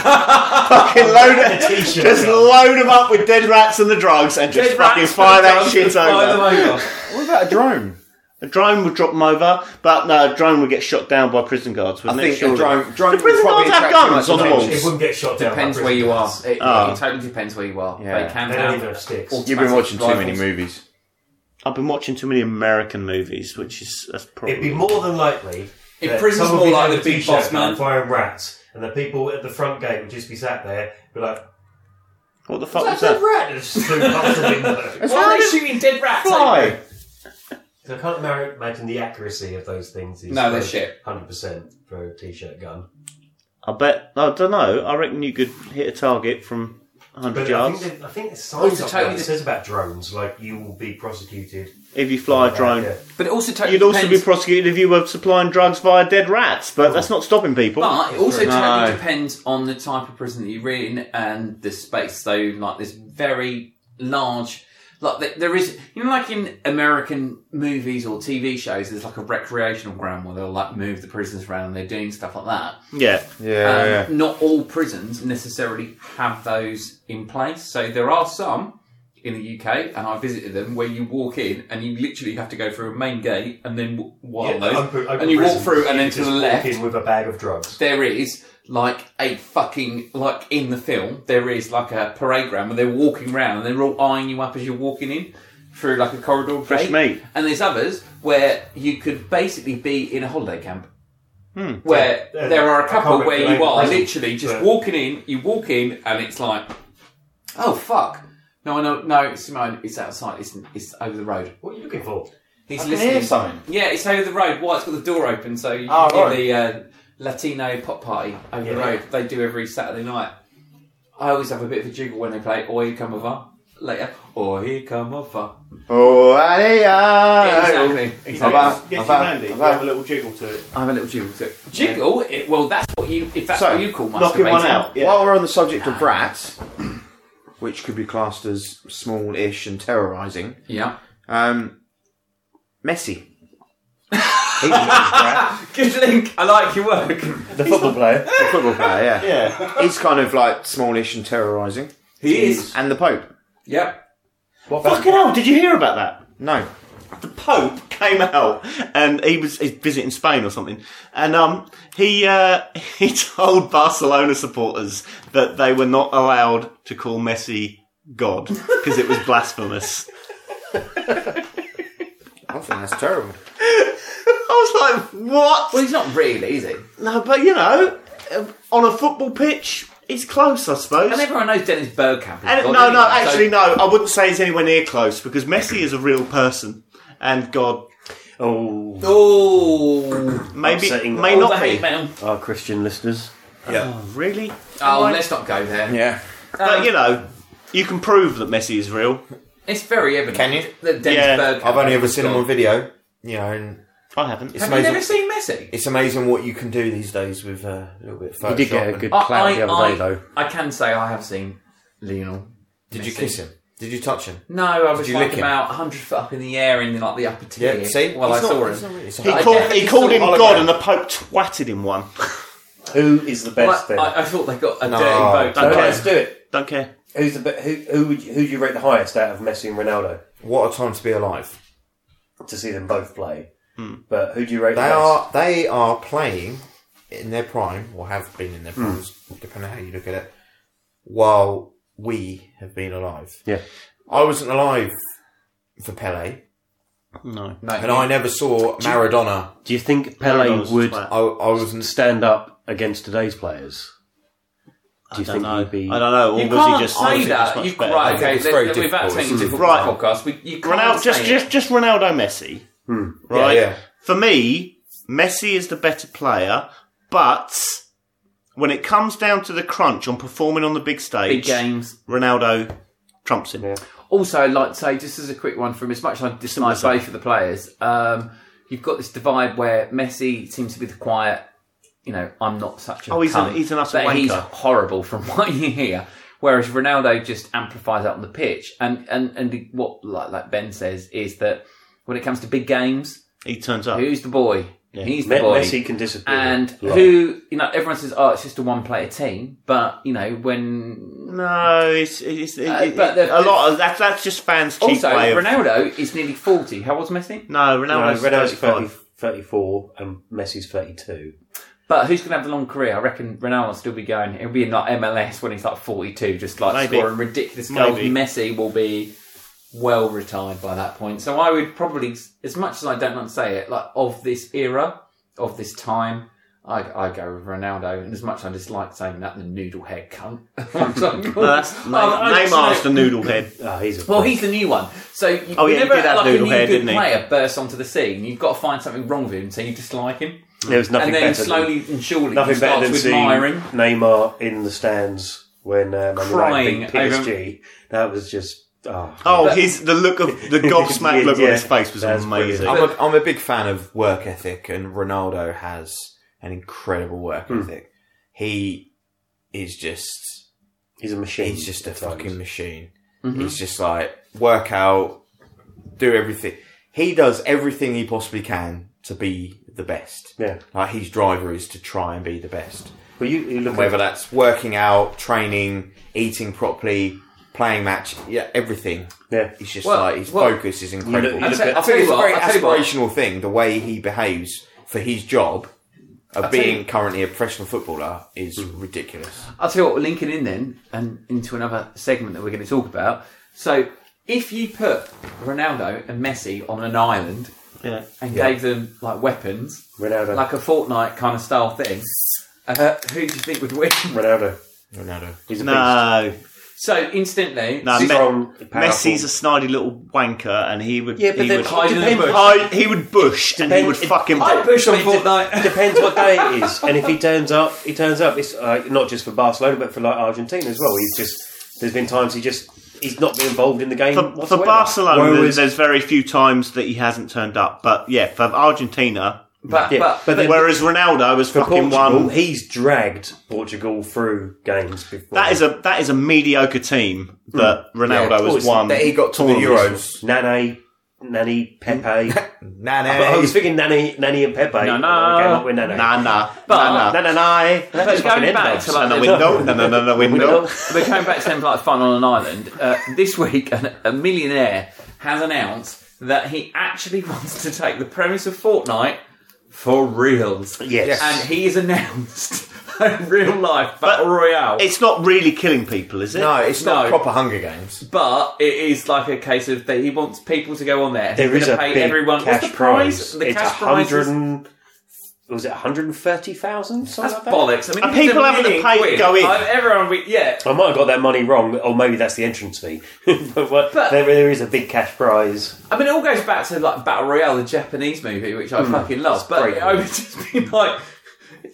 Speaker 2: fucking load it,
Speaker 5: T-shirt
Speaker 2: just
Speaker 5: gun.
Speaker 2: load them up with dead rats and the drugs, and just
Speaker 3: Dead
Speaker 2: fucking
Speaker 3: rats
Speaker 2: fire
Speaker 3: and
Speaker 2: that
Speaker 3: drugs,
Speaker 2: shit
Speaker 3: fire them
Speaker 2: over.
Speaker 3: over.
Speaker 4: What about a drone?
Speaker 2: A drone would drop them over, but no, a drone would get shot down by prison guards.
Speaker 4: I
Speaker 2: Wouldn't
Speaker 4: think
Speaker 2: it?
Speaker 4: a
Speaker 2: surely?
Speaker 4: drone. drone
Speaker 2: The prison
Speaker 4: would probably
Speaker 2: guards have
Speaker 4: attract too
Speaker 2: guns
Speaker 4: much
Speaker 2: on the
Speaker 4: attention.
Speaker 2: walls.
Speaker 5: It wouldn't get shot down. by
Speaker 3: Depends where
Speaker 5: prison
Speaker 3: you are.
Speaker 5: guards.
Speaker 3: It,
Speaker 2: Oh.
Speaker 3: it totally depends where you are.
Speaker 4: Ah. Yeah.
Speaker 3: They can
Speaker 5: They don't
Speaker 3: have
Speaker 5: even have sticks.
Speaker 4: You've been watching too many movies.
Speaker 2: I've been watching too many American movies, which is that's probably
Speaker 5: It'd be more than likely.
Speaker 3: If
Speaker 5: that
Speaker 3: prison's
Speaker 5: someone would
Speaker 3: more like
Speaker 5: be with
Speaker 3: the
Speaker 5: a
Speaker 3: big
Speaker 5: t-shirt
Speaker 3: boss man.
Speaker 5: on firing rats, and the people at the front gate would just be sat there, be like,
Speaker 2: what the fuck was
Speaker 5: "That's a
Speaker 2: that?
Speaker 5: rat!" And just flew past the window.
Speaker 3: Why are they shooting dead rats?
Speaker 2: Fly.
Speaker 5: I can't mar- imagine the accuracy of those things. Is
Speaker 3: No, they're shit.
Speaker 5: Hundred percent for a t-shirt gun.
Speaker 2: I bet. I don't know. I reckon you could hit a target from
Speaker 5: But
Speaker 2: 100
Speaker 5: I
Speaker 2: yards
Speaker 5: think, the, I think the
Speaker 3: Oh,
Speaker 5: science
Speaker 3: it's a
Speaker 5: up
Speaker 3: totally
Speaker 5: there that
Speaker 3: di-
Speaker 5: says about drones, like you will be prosecuted.
Speaker 2: if you fly a drone.
Speaker 5: Yeah.
Speaker 3: But it also totally
Speaker 2: You'd also be
Speaker 3: depends.
Speaker 2: prosecuted if you were supplying drugs via dead rats, but that's not stopping people.
Speaker 3: But it also
Speaker 4: No.
Speaker 3: totally depends on the type of prison that you're in and the space. So, like, this very large, like, th- there is, you know, like in American movies or TV shows, there's like a recreational ground where they'll, like, move the prisoners around and they're doing stuff like that.
Speaker 2: yeah.
Speaker 4: Yeah,
Speaker 3: um,
Speaker 4: yeah.
Speaker 3: Not all prisons necessarily have those in place. So, there are some in the UK, and I visited them, where you walk in and you literally have to go through a main gate and then w- one of those,
Speaker 5: open- open
Speaker 3: and you walk
Speaker 5: prisons,
Speaker 3: through and
Speaker 5: you
Speaker 3: then
Speaker 5: could
Speaker 3: to the
Speaker 5: just walk
Speaker 3: left
Speaker 5: in with a bag of drugs.
Speaker 3: there is like a fucking like in the film there is like a parade ground where they're walking round and they're all eyeing you up as you're walking in through like a corridor
Speaker 2: Fresh
Speaker 3: gate.
Speaker 2: meat.
Speaker 3: and there's others where you could basically be in a holiday camp
Speaker 4: Hmm.
Speaker 3: where
Speaker 5: Yeah,
Speaker 3: there are
Speaker 5: I
Speaker 3: a
Speaker 5: can't
Speaker 3: couple
Speaker 5: remember the
Speaker 3: where
Speaker 5: name
Speaker 3: you
Speaker 5: of the
Speaker 3: are
Speaker 5: prison,
Speaker 3: literally just
Speaker 5: but-
Speaker 3: walking in you walk in and it's like oh fuck no no no it's Simone it's outside it's, it's over the road
Speaker 5: What are you looking for?
Speaker 3: he's
Speaker 4: I can
Speaker 3: listening
Speaker 4: hear something.
Speaker 3: yeah, it's over the road. Why it's got the door open, so you
Speaker 4: Oh,
Speaker 3: can hear
Speaker 4: right.
Speaker 3: the uh, Latino pop party over the
Speaker 5: Yeah.
Speaker 3: road. They do every Saturday night. I always have a bit of a jiggle when they play "Or Here Come a Va" later. "Or Here Come a Va."
Speaker 4: Oh, ah. yeah.
Speaker 3: Exactly.
Speaker 4: I've
Speaker 3: exactly.
Speaker 4: had- I've had- I've had-
Speaker 2: little jiggle to it.
Speaker 4: I have a little jiggle to it.
Speaker 3: Jiggle. It, well, that's what you. If that's
Speaker 4: So,
Speaker 3: what you call masturbating.
Speaker 2: Knocking one out. Yeah.
Speaker 4: While we're on the subject of rats, which could be classed as small-ish and terrorising,
Speaker 3: Yeah.
Speaker 4: um, Messi.
Speaker 3: Good link. I like your work.
Speaker 5: The football player.
Speaker 4: The football player, yeah.
Speaker 2: yeah.
Speaker 4: He's kind of like smallish and terrorising.
Speaker 3: He is.
Speaker 4: And the Pope.
Speaker 3: Yep.
Speaker 2: Fucking hell, did you hear about that?
Speaker 4: No.
Speaker 2: The Pope came out and he was he's visiting Spain or something. And um he uh he told Barcelona supporters that they were not allowed to call Messi God because it was blasphemous.
Speaker 4: I think that's terrible.
Speaker 2: I was like, what?
Speaker 3: Well, he's not really, is he?
Speaker 2: No, but you know, uh, on a football pitch, it's close, I suppose.
Speaker 3: And everyone knows Dennis Bergkamp. is
Speaker 2: And- no,
Speaker 3: God,
Speaker 2: no,
Speaker 3: anyway, so-
Speaker 2: actually, no. I wouldn't say it's anywhere near close because Messi is a real person, and God
Speaker 5: Oh,
Speaker 3: Oh,
Speaker 2: maybe
Speaker 5: Upsetting.
Speaker 2: may
Speaker 5: Oh,
Speaker 2: not
Speaker 3: the
Speaker 2: be.
Speaker 3: hate mail.
Speaker 5: our Christian listeners.
Speaker 2: Really,
Speaker 3: Oh, let's not go there.
Speaker 4: Yeah.
Speaker 2: but you know, you can prove that Messi is real.
Speaker 3: It's very evident.
Speaker 4: Can you?
Speaker 3: That Dennis
Speaker 2: Yeah.
Speaker 3: Bergkamp
Speaker 4: I've only ever
Speaker 3: has
Speaker 4: seen him
Speaker 3: gone.
Speaker 4: on video. You know, and
Speaker 2: I haven't.
Speaker 4: it's
Speaker 3: Have you never
Speaker 4: amazing.
Speaker 3: seen Messi?
Speaker 4: It's amazing what you can do these days with uh, a little bit of Photoshop.
Speaker 5: He did get a
Speaker 4: and-
Speaker 5: good
Speaker 3: I-
Speaker 5: clap the
Speaker 3: I-
Speaker 5: other
Speaker 3: I-
Speaker 5: day, though.
Speaker 3: I can say I have seen Lionel.
Speaker 4: Did you kiss him? Did you touch him?
Speaker 3: No, I was
Speaker 4: Did you lick
Speaker 3: like
Speaker 4: him?
Speaker 3: about 100 foot up in the air in like the upper tier.
Speaker 4: Yeah. See,
Speaker 3: Well, I
Speaker 4: He's not-
Speaker 3: saw
Speaker 4: he's not
Speaker 3: him.
Speaker 4: really- it's
Speaker 2: He
Speaker 4: not-
Speaker 3: I
Speaker 2: called,
Speaker 3: definitely
Speaker 2: he called him
Speaker 3: saw him.
Speaker 2: God, and the Pope twatted him one.
Speaker 5: Who is the best
Speaker 3: But
Speaker 5: then?
Speaker 3: I, I thought they got a
Speaker 4: No.
Speaker 3: dirty vote.
Speaker 2: Don't
Speaker 5: Okay,
Speaker 2: care.
Speaker 5: let's do it.
Speaker 2: Don't care.
Speaker 5: Who's the be- who? Who would you, who do you rate the highest out of Messi and Ronaldo
Speaker 4: What a time to be alive.
Speaker 5: to see them both play? But who do you rate?
Speaker 4: They
Speaker 5: the best?
Speaker 4: are they are playing in their prime, or have been in their
Speaker 5: Hmm.
Speaker 4: primes, depending on how you look at it, while we have been alive.
Speaker 5: Yeah.
Speaker 4: I wasn't alive for Pele,
Speaker 2: No.
Speaker 4: and I never saw Maradona.
Speaker 5: Do you think Pele
Speaker 2: Ronaldo's a
Speaker 5: would
Speaker 2: twat.
Speaker 4: I, I wasn't.
Speaker 5: stand up against today's players? Do you
Speaker 2: I don't
Speaker 5: think
Speaker 2: know.
Speaker 5: he'd be?
Speaker 2: I don't know. Or
Speaker 3: You
Speaker 2: was
Speaker 3: can't
Speaker 2: he just
Speaker 3: say
Speaker 2: was he just
Speaker 3: that.
Speaker 2: much
Speaker 3: You,
Speaker 2: better?
Speaker 4: I
Speaker 3: right,
Speaker 4: think
Speaker 3: okay,
Speaker 4: it's very
Speaker 3: let's- without
Speaker 4: difficult.
Speaker 3: saying
Speaker 4: Mm.
Speaker 3: it's a football
Speaker 2: Right.
Speaker 3: podcast, we, you can't
Speaker 2: Ronaldo,
Speaker 3: say
Speaker 2: just,
Speaker 3: it. Hmm.
Speaker 2: just, just Ronaldo Messi. Right?
Speaker 4: yeah.
Speaker 2: For me, Messi is the better player, but when it comes down to the crunch on performing on the big stage,
Speaker 3: Big games.
Speaker 2: Ronaldo trumps him.
Speaker 3: Also, I'd like to say, just as a quick one from as much as I dislike both of the players, um, you've got this divide where Messi seems to be the quiet, you know, I'm not such a
Speaker 2: Oh, he's an-
Speaker 3: cunt,
Speaker 2: he's an utter
Speaker 3: but he's
Speaker 2: wanker.
Speaker 3: horrible from what you hear. Whereas Ronaldo just amplifies it on the pitch, and and and what like like Ben says is that when it comes to big games,
Speaker 2: He turns up.
Speaker 3: who's the boy? He's the
Speaker 5: Me-
Speaker 3: boy.
Speaker 5: Messi can disappear.
Speaker 3: and
Speaker 5: Like,
Speaker 3: who you know everyone says oh it's just a one player team but you know when
Speaker 2: No, it's, it's, it-
Speaker 3: Uh,
Speaker 2: it-
Speaker 3: but the-
Speaker 2: a lot of that. That's just fans' cheap
Speaker 3: also
Speaker 2: way of.
Speaker 3: Ronaldo is nearly 40 how old's Messi
Speaker 2: no,
Speaker 5: No,
Speaker 2: Ronaldo's,
Speaker 5: Ronaldo's 30,
Speaker 2: 35.
Speaker 5: 34 and Messi's 32.
Speaker 3: but who's going to have the long career I reckon Ronaldo will still be going he'll be in like MLS when he's like 42 just like
Speaker 2: Maybe.
Speaker 3: scoring ridiculous goals
Speaker 2: Maybe.
Speaker 3: Messi will be well retired by that point so I would probably as much as I don't want to say it like of this era of this time I, I go with Ronaldo, and as much as I dislike saying that, the noodle head cunt.
Speaker 2: No, that's
Speaker 3: Um, I
Speaker 2: Neymar's
Speaker 3: just know-
Speaker 2: the noodle head.
Speaker 5: Ah, he's a
Speaker 3: Well, he's the new one. So you,
Speaker 2: Oh, yeah, he
Speaker 3: whenever
Speaker 2: did have
Speaker 3: like, a
Speaker 2: noodle
Speaker 3: new
Speaker 2: hair,
Speaker 3: good
Speaker 2: didn't he?
Speaker 3: player bursts onto the scene, you've got to find something wrong with him, so you dislike him,
Speaker 5: there was nothing
Speaker 3: and then
Speaker 5: better.
Speaker 3: slowly
Speaker 5: than,
Speaker 3: and surely
Speaker 5: nothing
Speaker 3: you
Speaker 5: better
Speaker 3: start
Speaker 5: than
Speaker 3: to
Speaker 5: seeing
Speaker 3: admire him.
Speaker 5: Neymar in the stands when uh, Man United beat
Speaker 3: Crying over-
Speaker 5: PSG. That was just ah.
Speaker 2: Oh, his the look of the gobsmacked
Speaker 5: Yeah,
Speaker 2: look on
Speaker 5: yeah.
Speaker 2: his face was
Speaker 5: That's
Speaker 2: amazing.
Speaker 5: brilliant.
Speaker 4: I'm a, I'm a big fan of work ethic, and Ronaldo has an incredible work
Speaker 5: Hmm.
Speaker 4: ethic. He is just
Speaker 5: he's a machine.
Speaker 4: He's just a
Speaker 5: at times.
Speaker 4: fucking machine.
Speaker 5: Mm-hmm.
Speaker 4: He's just like work out, do everything. He does everything he possibly can to be the best.
Speaker 5: Yeah.
Speaker 4: Like his driver is to try and be the best.
Speaker 5: Well, you, you look
Speaker 4: Whether
Speaker 5: at
Speaker 4: that's working out, training, eating properly, playing match, yeah, everything.
Speaker 5: yeah.
Speaker 4: He's just
Speaker 3: Well,
Speaker 4: like his
Speaker 3: well,
Speaker 4: focus is incredible.
Speaker 5: you look
Speaker 3: at-
Speaker 4: I
Speaker 3: I'll tell
Speaker 4: think
Speaker 3: you
Speaker 4: it's a
Speaker 3: what,
Speaker 4: very
Speaker 3: I'll tell you what.
Speaker 4: aspirational thing the way he behaves for his job of
Speaker 3: tell you-
Speaker 4: being currently a professional footballer is ridiculous.
Speaker 3: I'll tell you what, we're linking in then and into another segment that we're going to talk about. So, if you put Ronaldo and Messi on an island
Speaker 2: Yeah.
Speaker 3: and gave them like weapons,
Speaker 5: Ronaldo.
Speaker 3: like a Fortnite kind of style thing, uh, who do you think would win?
Speaker 5: Ronaldo.
Speaker 4: Ronaldo.
Speaker 5: He's a
Speaker 2: No,
Speaker 3: So instantly,
Speaker 2: no.
Speaker 5: beast.
Speaker 2: Me-
Speaker 5: Strong, powerful.
Speaker 2: Messi's a snidey little wanker, and he would.
Speaker 5: Yeah, but
Speaker 2: he
Speaker 5: then
Speaker 2: would,
Speaker 3: hide in the bush.
Speaker 2: I, he would bush, and he would
Speaker 5: Depend-
Speaker 2: fucking.
Speaker 3: I push on Fortnite.
Speaker 5: Depends what day it is, and if he turns up, he turns up. It's uh, not just for Barcelona, but for like Argentina as well. He's just there's been times he just he's not been involved in the game.
Speaker 2: for, for
Speaker 5: whatsoever.
Speaker 2: Barcelona,
Speaker 5: Whereas-
Speaker 2: there's very few times that he hasn't turned up. But yeah, for Argentina,
Speaker 3: But,
Speaker 5: yeah,
Speaker 3: but,
Speaker 5: but then
Speaker 2: whereas Ronaldo was
Speaker 5: for
Speaker 2: fucking
Speaker 5: Portugal,
Speaker 2: one.
Speaker 5: he's dragged Portugal through games before.
Speaker 2: That is a that is a mediocre team that Ronaldo
Speaker 4: Yeah.
Speaker 2: has won.
Speaker 4: That he got to the
Speaker 2: tournaments.
Speaker 4: Euros.
Speaker 5: Nane, Nani, Pepe.
Speaker 4: Nana.
Speaker 5: I was thinking Nani, Nani and Pepe.
Speaker 3: no.
Speaker 5: No, Came up with Nane.
Speaker 2: Nah, nah,
Speaker 3: But-
Speaker 2: nah, nah, nah, nah.
Speaker 3: but going back to like
Speaker 2: No
Speaker 3: the-
Speaker 2: window, no, no, no, no window.
Speaker 3: We're going back to things like fun on an island. Uh, this week, an, a millionaire has announced that he actually wants to take the premise of Fortnite for reals.
Speaker 5: Yes.
Speaker 3: And he has announced a real life battle
Speaker 2: But
Speaker 3: royale.
Speaker 2: It's not really killing people, is it?
Speaker 4: No, it's not
Speaker 3: No.
Speaker 4: proper Hunger Games.
Speaker 3: But it is like a case of that he wants people to go on there.
Speaker 5: There
Speaker 3: He's
Speaker 5: is
Speaker 3: gonna
Speaker 5: a
Speaker 3: pay
Speaker 5: big
Speaker 3: everyone.
Speaker 5: cash
Speaker 3: What's the prize?
Speaker 5: prize.
Speaker 3: The
Speaker 5: it's
Speaker 3: cash prize
Speaker 5: hundred.
Speaker 3: is-
Speaker 5: and- Was it 130,000? Something
Speaker 3: That's
Speaker 5: like that?
Speaker 3: bollocks. I mean,
Speaker 2: And
Speaker 3: if it's
Speaker 2: people
Speaker 3: a
Speaker 2: having to
Speaker 3: million
Speaker 2: pay to
Speaker 3: quid,
Speaker 2: go in.
Speaker 3: I've- everyone, we- yeah.
Speaker 5: I might have got that money wrong, or maybe that's the entrance fee. but, what-
Speaker 3: But-
Speaker 5: there, there is a big cash prize.
Speaker 3: I mean, it all goes back to like Battle Royale, the Japanese movie, which
Speaker 2: Hmm.
Speaker 3: I fucking love. But
Speaker 5: great.
Speaker 3: I would just be like,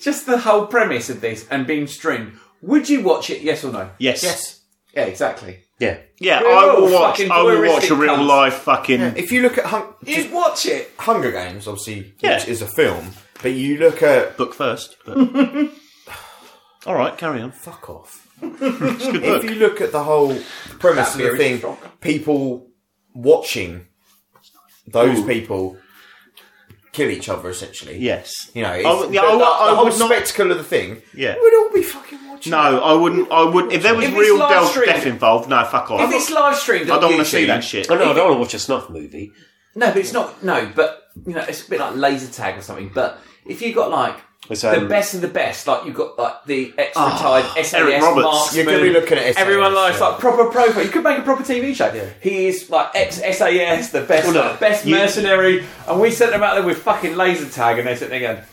Speaker 3: just the whole premise of this and being streamed. Would you watch it? Yes or no?
Speaker 2: Yes.
Speaker 3: Yeah, exactly.
Speaker 5: Yeah.
Speaker 2: Yeah,
Speaker 3: We're
Speaker 2: I
Speaker 3: all
Speaker 2: will watch.
Speaker 3: fucking
Speaker 2: I will watch a
Speaker 3: voyeuristic
Speaker 2: real
Speaker 3: cunts.
Speaker 2: life fucking.
Speaker 4: If you look at hun- just
Speaker 3: You'd watch it.
Speaker 4: Hunger Games, obviously,
Speaker 2: Yeah.
Speaker 4: which is a film, but you look at
Speaker 2: book first. But... All right, carry on.
Speaker 4: fuck off.
Speaker 2: It's a good
Speaker 4: If
Speaker 2: book.
Speaker 4: you look at the whole premise of the thing, people watching those people kill each other essentially.
Speaker 2: Yes.
Speaker 4: You know, it's,
Speaker 2: I would- yeah,
Speaker 4: the,
Speaker 2: I would-
Speaker 4: the
Speaker 2: I
Speaker 4: whole
Speaker 2: would not-
Speaker 4: spectacle of the thing.
Speaker 2: Yeah.
Speaker 4: we'd all be fucking watching.
Speaker 2: No,
Speaker 4: it.
Speaker 2: I wouldn't. I would. If there was
Speaker 3: If it's
Speaker 2: real
Speaker 3: live
Speaker 2: death,
Speaker 3: streaming-
Speaker 2: death involved, no, fuck off.
Speaker 3: If it's live streamed,
Speaker 2: I
Speaker 3: on
Speaker 2: don't want
Speaker 3: YouTube-
Speaker 2: to see that shit.
Speaker 5: Oh, no, I don't want to watch a snuff movie.
Speaker 3: No, but it's not. No, but you know, it's a bit like laser tag or something. But if you got like
Speaker 5: It's,
Speaker 3: the
Speaker 5: um,
Speaker 3: best of the best, like you got like the extra tired SAS
Speaker 2: Eric Roberts.
Speaker 3: Marksman,
Speaker 4: You're gonna be looking at SAS,
Speaker 3: everyone likes
Speaker 4: yeah.
Speaker 3: like proper profile. You could make a proper TV show. He is like ex SAS, the best,
Speaker 5: Well, no,
Speaker 3: like, best
Speaker 5: you-
Speaker 3: mercenary, and we sent them out there with fucking laser tag, and they're sitting there going,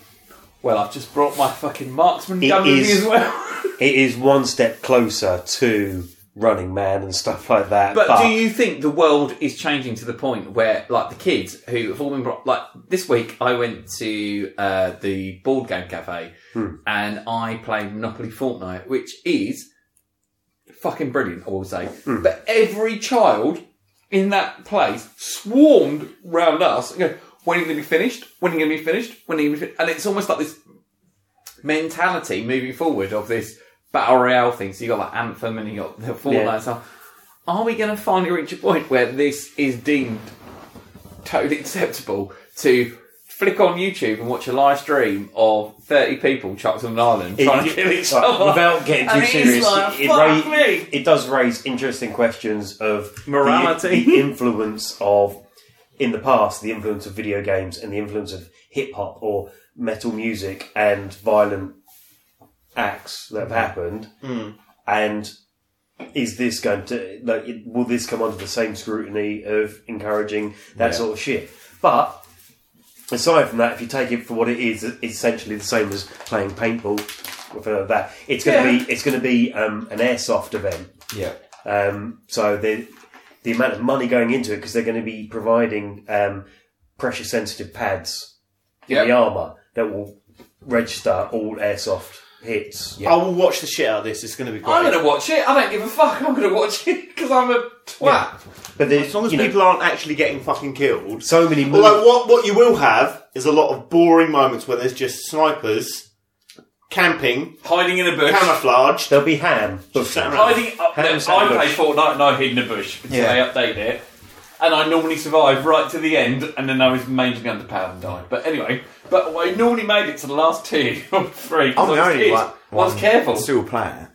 Speaker 3: "Well, I've just brought my fucking marksman
Speaker 5: It
Speaker 3: gun with me
Speaker 5: is-
Speaker 3: as well."
Speaker 5: It is one step closer to Running Man and stuff like that.
Speaker 3: But, do you think the world is changing to the point where, like, the kids who have all been brought, like, this week I went to uh, the board game cafe and I played Monopoly Fortnite, which is
Speaker 8: fucking brilliant, I will say. But every child in that place swarmed round us and go, when are you going to be finished? When are you going to be finished? When are you going to be finished? And it's almost like this mentality moving forward of this battle royale thing. So you got that anthem and you got the Fortnite
Speaker 5: Yeah.
Speaker 8: and stuff. Are we going to finally reach a point where this is deemed totally acceptable to flick on YouTube and watch a live stream of 30 people chucked on an island trying to kill each
Speaker 5: Right,
Speaker 8: other?
Speaker 5: Without getting
Speaker 8: And
Speaker 5: too
Speaker 8: it is
Speaker 5: serious,
Speaker 8: like,
Speaker 5: it,
Speaker 8: fuck
Speaker 5: ra-
Speaker 8: me.
Speaker 5: it does raise interesting questions of the-
Speaker 2: Morality.
Speaker 5: the influence of in the past, the influence of video games and the influence of hip hop or metal music and violent acts that have happened, and is this going to like it- will this come under the same scrutiny of encouraging that sort of shit? But aside from that, if you take it for what it is, it's essentially the same as playing paintball. With uh, that, it's going to be it's going to be um, an airsoft event.
Speaker 4: Yeah.
Speaker 5: Um, so the the amount of money going into it because they're going to be providing um, pressure sensitive pads in
Speaker 8: Yep.
Speaker 5: the armor that will register all airsoft hits.
Speaker 2: I will watch the shit out of this. It's going to be great.
Speaker 8: I'm going to watch it. I don't give a fuck. I'm going to watch it because I'm a twat.
Speaker 5: But there's
Speaker 2: As long as
Speaker 5: you know,
Speaker 2: people aren't actually getting fucking killed.
Speaker 5: so many mov-
Speaker 2: Although what what you will have is a lot of boring moments where there's just snipers camping,
Speaker 7: Hiding in a bush.
Speaker 2: camouflaged,
Speaker 5: there'll be ham.
Speaker 2: sat around.
Speaker 7: Hiding up
Speaker 5: Hiding
Speaker 7: there.
Speaker 5: inside
Speaker 7: I
Speaker 5: a
Speaker 7: play
Speaker 5: bush.
Speaker 7: Fortnite and I hid in a bush until
Speaker 4: Yeah.
Speaker 7: they update it. And I normally survive right to the end, and then I was majorly underpowered and died. But anyway, but I normally made it to the last two or three. 'cause
Speaker 4: I'm the
Speaker 7: I was
Speaker 4: only
Speaker 7: kid.
Speaker 4: one.
Speaker 7: I was
Speaker 4: one
Speaker 7: careful.
Speaker 4: Still player.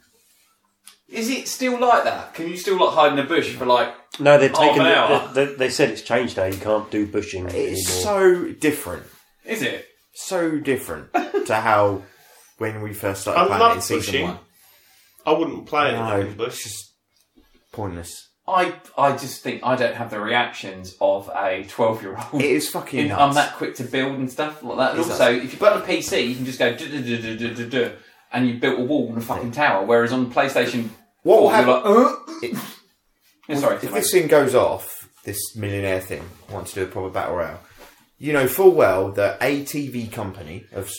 Speaker 7: Is it still like that? Can you still like hide in a bush for like?
Speaker 5: No, they've
Speaker 7: Half
Speaker 5: taken.
Speaker 7: an hour.
Speaker 5: they, they, they said it's changed now. You can't do bushing
Speaker 4: It's
Speaker 5: anymore.
Speaker 4: so different.
Speaker 7: Is it?
Speaker 4: So different to how when we first started
Speaker 2: I
Speaker 4: playing
Speaker 2: love
Speaker 4: it in season
Speaker 2: pushing.
Speaker 4: one.
Speaker 2: I wouldn't play it
Speaker 4: No,
Speaker 2: in the
Speaker 4: it's
Speaker 2: bush.
Speaker 4: just pointless.
Speaker 7: I I just think I don't have the reactions of a twelve year old.
Speaker 4: It is fucking
Speaker 7: In-
Speaker 4: nuts.
Speaker 7: I'm that quick to build and stuff like that. And
Speaker 4: Is
Speaker 7: also, if you've got a PC, you can just go duh, duh, duh, duh, duh, duh, duh, and you built a wall and a fucking tower. Whereas on PlayStation,
Speaker 4: What will
Speaker 7: four, you're
Speaker 4: happen?
Speaker 7: like, uh,
Speaker 4: It-
Speaker 7: yeah, sorry,
Speaker 4: if
Speaker 7: sorry.
Speaker 4: this thing goes off, this millionaire thing, wants to do a proper battle royale, you know full well that a TV company of s-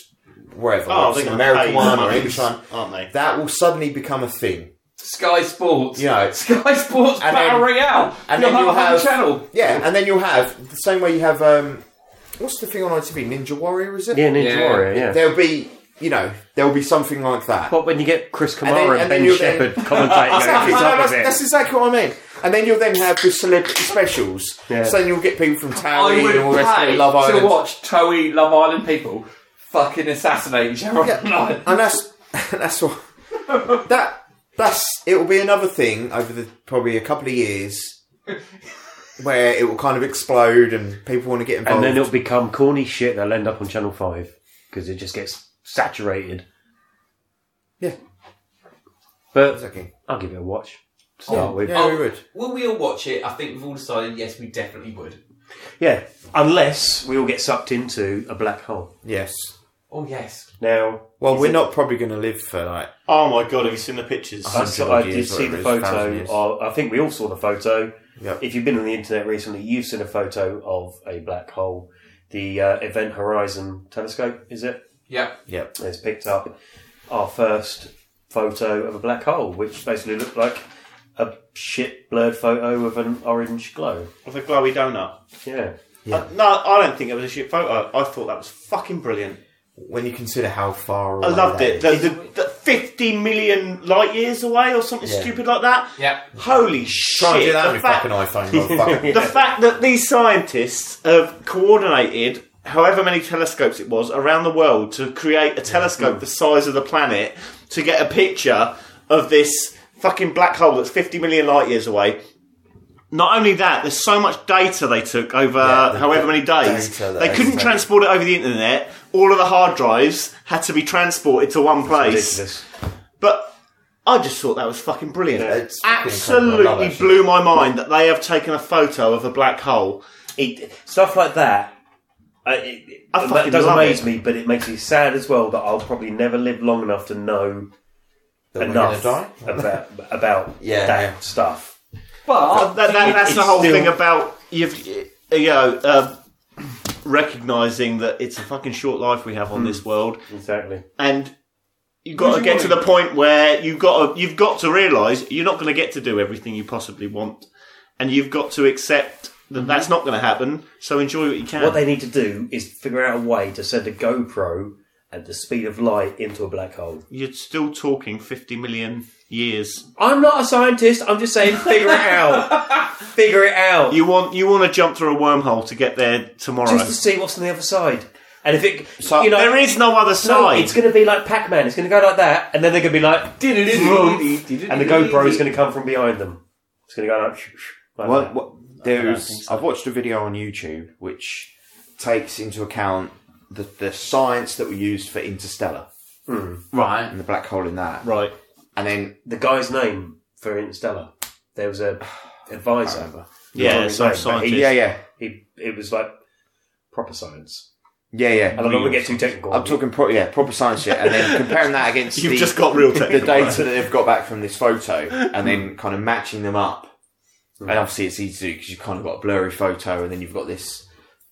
Speaker 4: wherever,
Speaker 2: Oh, they're
Speaker 4: whether it's
Speaker 2: going
Speaker 4: an
Speaker 2: to
Speaker 4: American
Speaker 2: pay
Speaker 4: one or
Speaker 2: money,
Speaker 4: English one,
Speaker 2: aren't they?
Speaker 4: that will suddenly become a thing.
Speaker 7: Sky Sports,
Speaker 4: You know,
Speaker 7: Sky Sports
Speaker 4: And
Speaker 7: Battle
Speaker 4: then-
Speaker 7: Royale,
Speaker 4: and
Speaker 7: you'll
Speaker 4: then
Speaker 7: have
Speaker 4: you'll
Speaker 7: a whole
Speaker 4: have-
Speaker 7: channel.
Speaker 4: yeah, and then you'll have the same way you have um, what's the thing on ITV? Ninja Warrior, is it?
Speaker 5: yeah, Ninja
Speaker 7: Yeah.
Speaker 5: Warrior. Yeah.
Speaker 4: There'll be you know there'll be something like that.
Speaker 5: But when you get Chris
Speaker 4: then-
Speaker 5: Kamara and,
Speaker 4: and then
Speaker 5: Ben
Speaker 4: you'll then-
Speaker 5: Shepherd commentating,
Speaker 4: Exactly.
Speaker 5: it's
Speaker 4: No,
Speaker 5: up
Speaker 4: that's,
Speaker 5: a bit.
Speaker 4: that's exactly what I mean. And then you'll then have the celebrity specials.
Speaker 5: Yeah.
Speaker 4: So then you'll get people from
Speaker 7: I
Speaker 4: Towie
Speaker 7: would
Speaker 4: and all the rest of
Speaker 7: pay
Speaker 4: it, Love Island.
Speaker 7: to watch Toei Love Island people fucking assassinate each other
Speaker 4: Yeah.
Speaker 7: online.
Speaker 4: and that's that's what that that's it will be another thing over the probably a couple of years where it will kind of explode and people want to get
Speaker 5: and
Speaker 4: involved.
Speaker 5: then it'll become corny shit that'll end up on Channel 5 because it just gets saturated.
Speaker 4: yeah,
Speaker 5: But
Speaker 4: exactly.
Speaker 5: I'll give it a watch to start with.
Speaker 4: Yeah,
Speaker 7: Oh.
Speaker 4: we would.
Speaker 8: Will we all watch it? I think we've all decided yes, we definitely would.
Speaker 5: Yeah, unless we all get sucked into a black hole.
Speaker 4: Yes.
Speaker 8: Oh yes.
Speaker 5: Now,
Speaker 4: Well,
Speaker 5: is
Speaker 4: we're
Speaker 5: it-
Speaker 4: not probably going to live for like.
Speaker 2: Oh my god, have you seen the pictures?
Speaker 4: Uh-huh.
Speaker 5: I, saw, I did
Speaker 4: years,
Speaker 5: see
Speaker 4: whatever
Speaker 5: the
Speaker 4: it is, thousand
Speaker 5: photo.
Speaker 4: years.
Speaker 5: Of, I think we all saw the photo.
Speaker 4: Yep.
Speaker 5: If you've been on the internet recently, you've seen a photo of a black hole. The uh, Event Horizon Telescope, is it?
Speaker 8: Yeah.
Speaker 4: Yep.
Speaker 5: has picked up our first photo of a black hole, which basically looked like a shit blurred photo of an orange glow.
Speaker 2: With a glowy donut.
Speaker 5: Yeah.
Speaker 2: Uh, no, I don't think it was a shit photo. I thought that was fucking brilliant.
Speaker 4: When you consider how far away
Speaker 2: I loved
Speaker 4: that
Speaker 2: it.
Speaker 4: is.
Speaker 2: The, the, the 50 million light years away or something
Speaker 4: Yeah.
Speaker 2: stupid like that.
Speaker 8: Yeah.
Speaker 2: Holy shit.
Speaker 4: Try and do that
Speaker 2: the
Speaker 4: with
Speaker 2: fact-
Speaker 4: fucking iPhone, motherfucker.
Speaker 2: the fact that these scientists have coordinated however many telescopes it was around the world to create a telescope the size of the planet to get a picture of this fucking black hole that's 50 million light years away. Not only that, there's so much data they took over
Speaker 4: Yeah, the
Speaker 2: however many days.
Speaker 4: data that
Speaker 2: They
Speaker 4: they
Speaker 2: couldn't
Speaker 4: took.
Speaker 2: transport it over the internet. All of the hard drives had to be transported to one place.
Speaker 5: Ridiculous.
Speaker 2: But I just thought that was fucking brilliant.
Speaker 4: It's fucking incredible. I love
Speaker 2: Absolutely
Speaker 4: that shit.
Speaker 2: blew my mind that they have taken a photo of a black hole.
Speaker 5: It, stuff like that. I, it,
Speaker 2: I
Speaker 5: that
Speaker 2: fucking
Speaker 5: does
Speaker 2: love
Speaker 5: amaze
Speaker 2: it.
Speaker 5: me, but it makes me sad as well that I'll probably never live long enough to know
Speaker 4: That we're
Speaker 5: enough
Speaker 4: gonna die?
Speaker 5: about about
Speaker 4: Yeah.
Speaker 5: that stuff.
Speaker 2: That,
Speaker 4: Oh,
Speaker 2: that, that's
Speaker 5: it's
Speaker 2: the whole
Speaker 5: still-
Speaker 2: thing about you've you know uh,
Speaker 4: Hmm.
Speaker 2: recognizing that it's a fucking short life we have on this world,
Speaker 5: Exactly.
Speaker 2: and you've got to get to the point where you've got to you've got to realise you're not going to get to do everything you possibly want, and you've got to accept that
Speaker 4: Hmm.
Speaker 2: that's not going to happen. So enjoy what you can.
Speaker 9: What they need to do is figure out a way to send a GoPro at the speed of light into a black hole.
Speaker 2: you're still talking 50 million years.
Speaker 9: I'm not a scientist. I'm just saying, figure it out. figure it out.
Speaker 2: You want you want to jump through a wormhole to get there tomorrow.
Speaker 9: just to see what's on the other side. And if it,
Speaker 4: So
Speaker 9: you know,
Speaker 2: there is no other
Speaker 9: no,
Speaker 2: side.
Speaker 9: it's going to be like Pac-Man. It's going to go like that, and then they're going to be like, vroom, and the GoPro is going to come from behind them. It's going to go like, like
Speaker 4: Well,
Speaker 9: that.
Speaker 4: what, there's. I've watched a video on YouTube which takes into account the, the science that we used for Interstellar
Speaker 3: Right.
Speaker 4: and the black hole in that,
Speaker 2: right.
Speaker 4: and then
Speaker 9: the guy's name for Interstellar. There was a advisor.
Speaker 2: Yeah,
Speaker 9: Right,
Speaker 2: some
Speaker 9: right, but
Speaker 2: scientist.
Speaker 9: he-
Speaker 4: yeah, yeah,
Speaker 9: He it was like proper science.
Speaker 4: yeah, yeah.
Speaker 9: I don't want to get too technical.
Speaker 4: I'm talking pro- yeah proper science shit, and then comparing that against
Speaker 2: You've
Speaker 4: the,
Speaker 2: just got real
Speaker 4: the
Speaker 2: technical.
Speaker 4: data that they've got back from this photo, and
Speaker 2: Mm.
Speaker 4: then kind of matching them up. And obviously, it's easy to do because you've kind of got a blurry photo, and then you've got this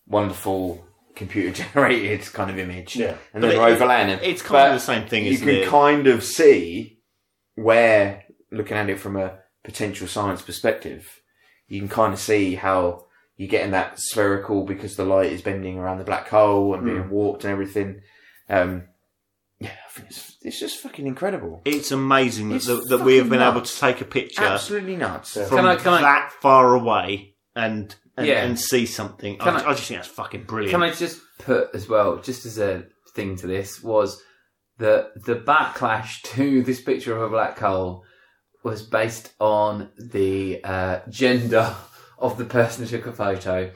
Speaker 4: wonderful computer generated kind of image.
Speaker 9: Yeah.
Speaker 2: But
Speaker 4: and then
Speaker 2: it-
Speaker 4: we're overlaying it.
Speaker 2: It's kind
Speaker 4: But
Speaker 2: of the same thing,
Speaker 4: you
Speaker 2: isn't
Speaker 4: can
Speaker 2: it?
Speaker 4: kind of see where looking at it from a potential science perspective you can kind of see how you're getting that spherical because the light is bending around the black hole and
Speaker 2: Mm.
Speaker 4: being warped and everything um yeah i think it's, it's just fucking incredible
Speaker 2: it's amazing that,
Speaker 4: It's
Speaker 2: that, that we have been
Speaker 4: fucking
Speaker 2: able to take a picture
Speaker 4: absolutely nuts
Speaker 9: Yeah.
Speaker 2: from
Speaker 3: Can I- can I-
Speaker 2: that far away and and,
Speaker 3: Yeah.
Speaker 2: and see something. I,
Speaker 3: Can
Speaker 2: I
Speaker 3: I-
Speaker 2: just think that's fucking brilliant.
Speaker 3: Can I just put as well, just as a thing to this, was that the backlash to this picture of a black hole was based on the uh, gender of the person who took a photo.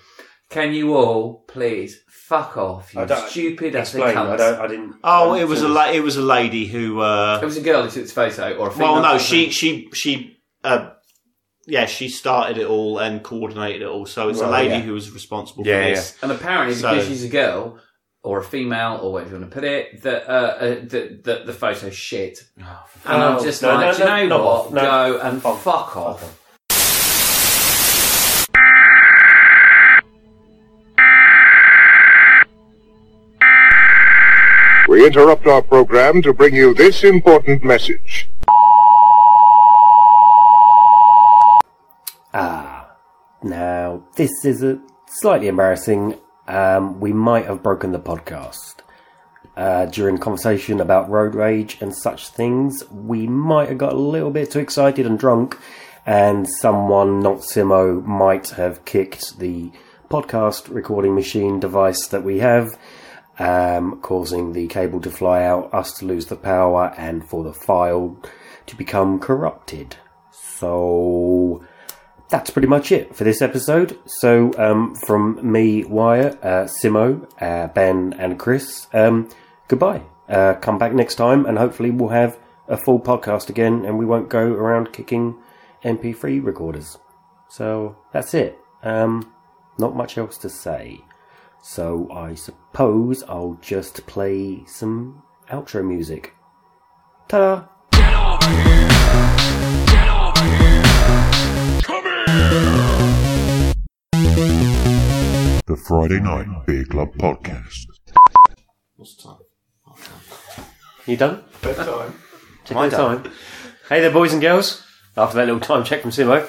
Speaker 3: Can you all please fuck off,
Speaker 9: I
Speaker 3: you
Speaker 9: don't-
Speaker 3: stupid as they
Speaker 9: Explain. I
Speaker 3: come?
Speaker 9: don't. I didn't.
Speaker 2: Oh, it was a la- it was a lady who.
Speaker 3: It
Speaker 2: Uh,
Speaker 3: was a girl who took this photo, or a female.
Speaker 2: well, no,
Speaker 3: person.
Speaker 2: she she she. Uh, yeah, she started it all and coordinated it all. So it's a
Speaker 9: Well,
Speaker 2: lady
Speaker 9: yeah.
Speaker 2: who was responsible
Speaker 4: Yeah,
Speaker 2: for
Speaker 4: yeah.
Speaker 2: this.
Speaker 3: And apparently,
Speaker 2: So-
Speaker 3: because she's a girl or a female or whatever you want to put it, that uh, uh, the, the the photo's shit. and I'm
Speaker 9: Oh,
Speaker 3: just
Speaker 9: no,
Speaker 3: like,
Speaker 9: no,
Speaker 3: "Do you
Speaker 9: no,
Speaker 3: know
Speaker 9: no,
Speaker 3: what?
Speaker 9: no.
Speaker 3: Go and
Speaker 9: Oh,
Speaker 3: fuck off.
Speaker 6: We interrupt our program to bring you this important message.
Speaker 9: Ah, now this is a slightly embarrassing. Um, we might have broken the podcast uh, during conversation about road rage and such things. We might have got a little bit too excited and drunk, and someone, not Simo, might have kicked the podcast recording machine device that we have, um, causing the cable to fly out, us to lose the power, and for the file to become corrupted. So that's pretty much it for this episode. So, um, from me, Wyatt, uh, Simo, uh, Ben, and Chris, um, goodbye. Uh, come back next time, and hopefully, we'll have a full podcast again and we won't go around kicking MP3 recorders. So, that's it. Um, not much else to say. So, I suppose I'll just play some outro music. Ta da!
Speaker 6: The Friday Night Beer Club Podcast.
Speaker 9: You done? Bedtime. Check My time. Hey there, boys and girls. After that little time check from Simo.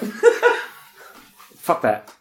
Speaker 9: Fuck that.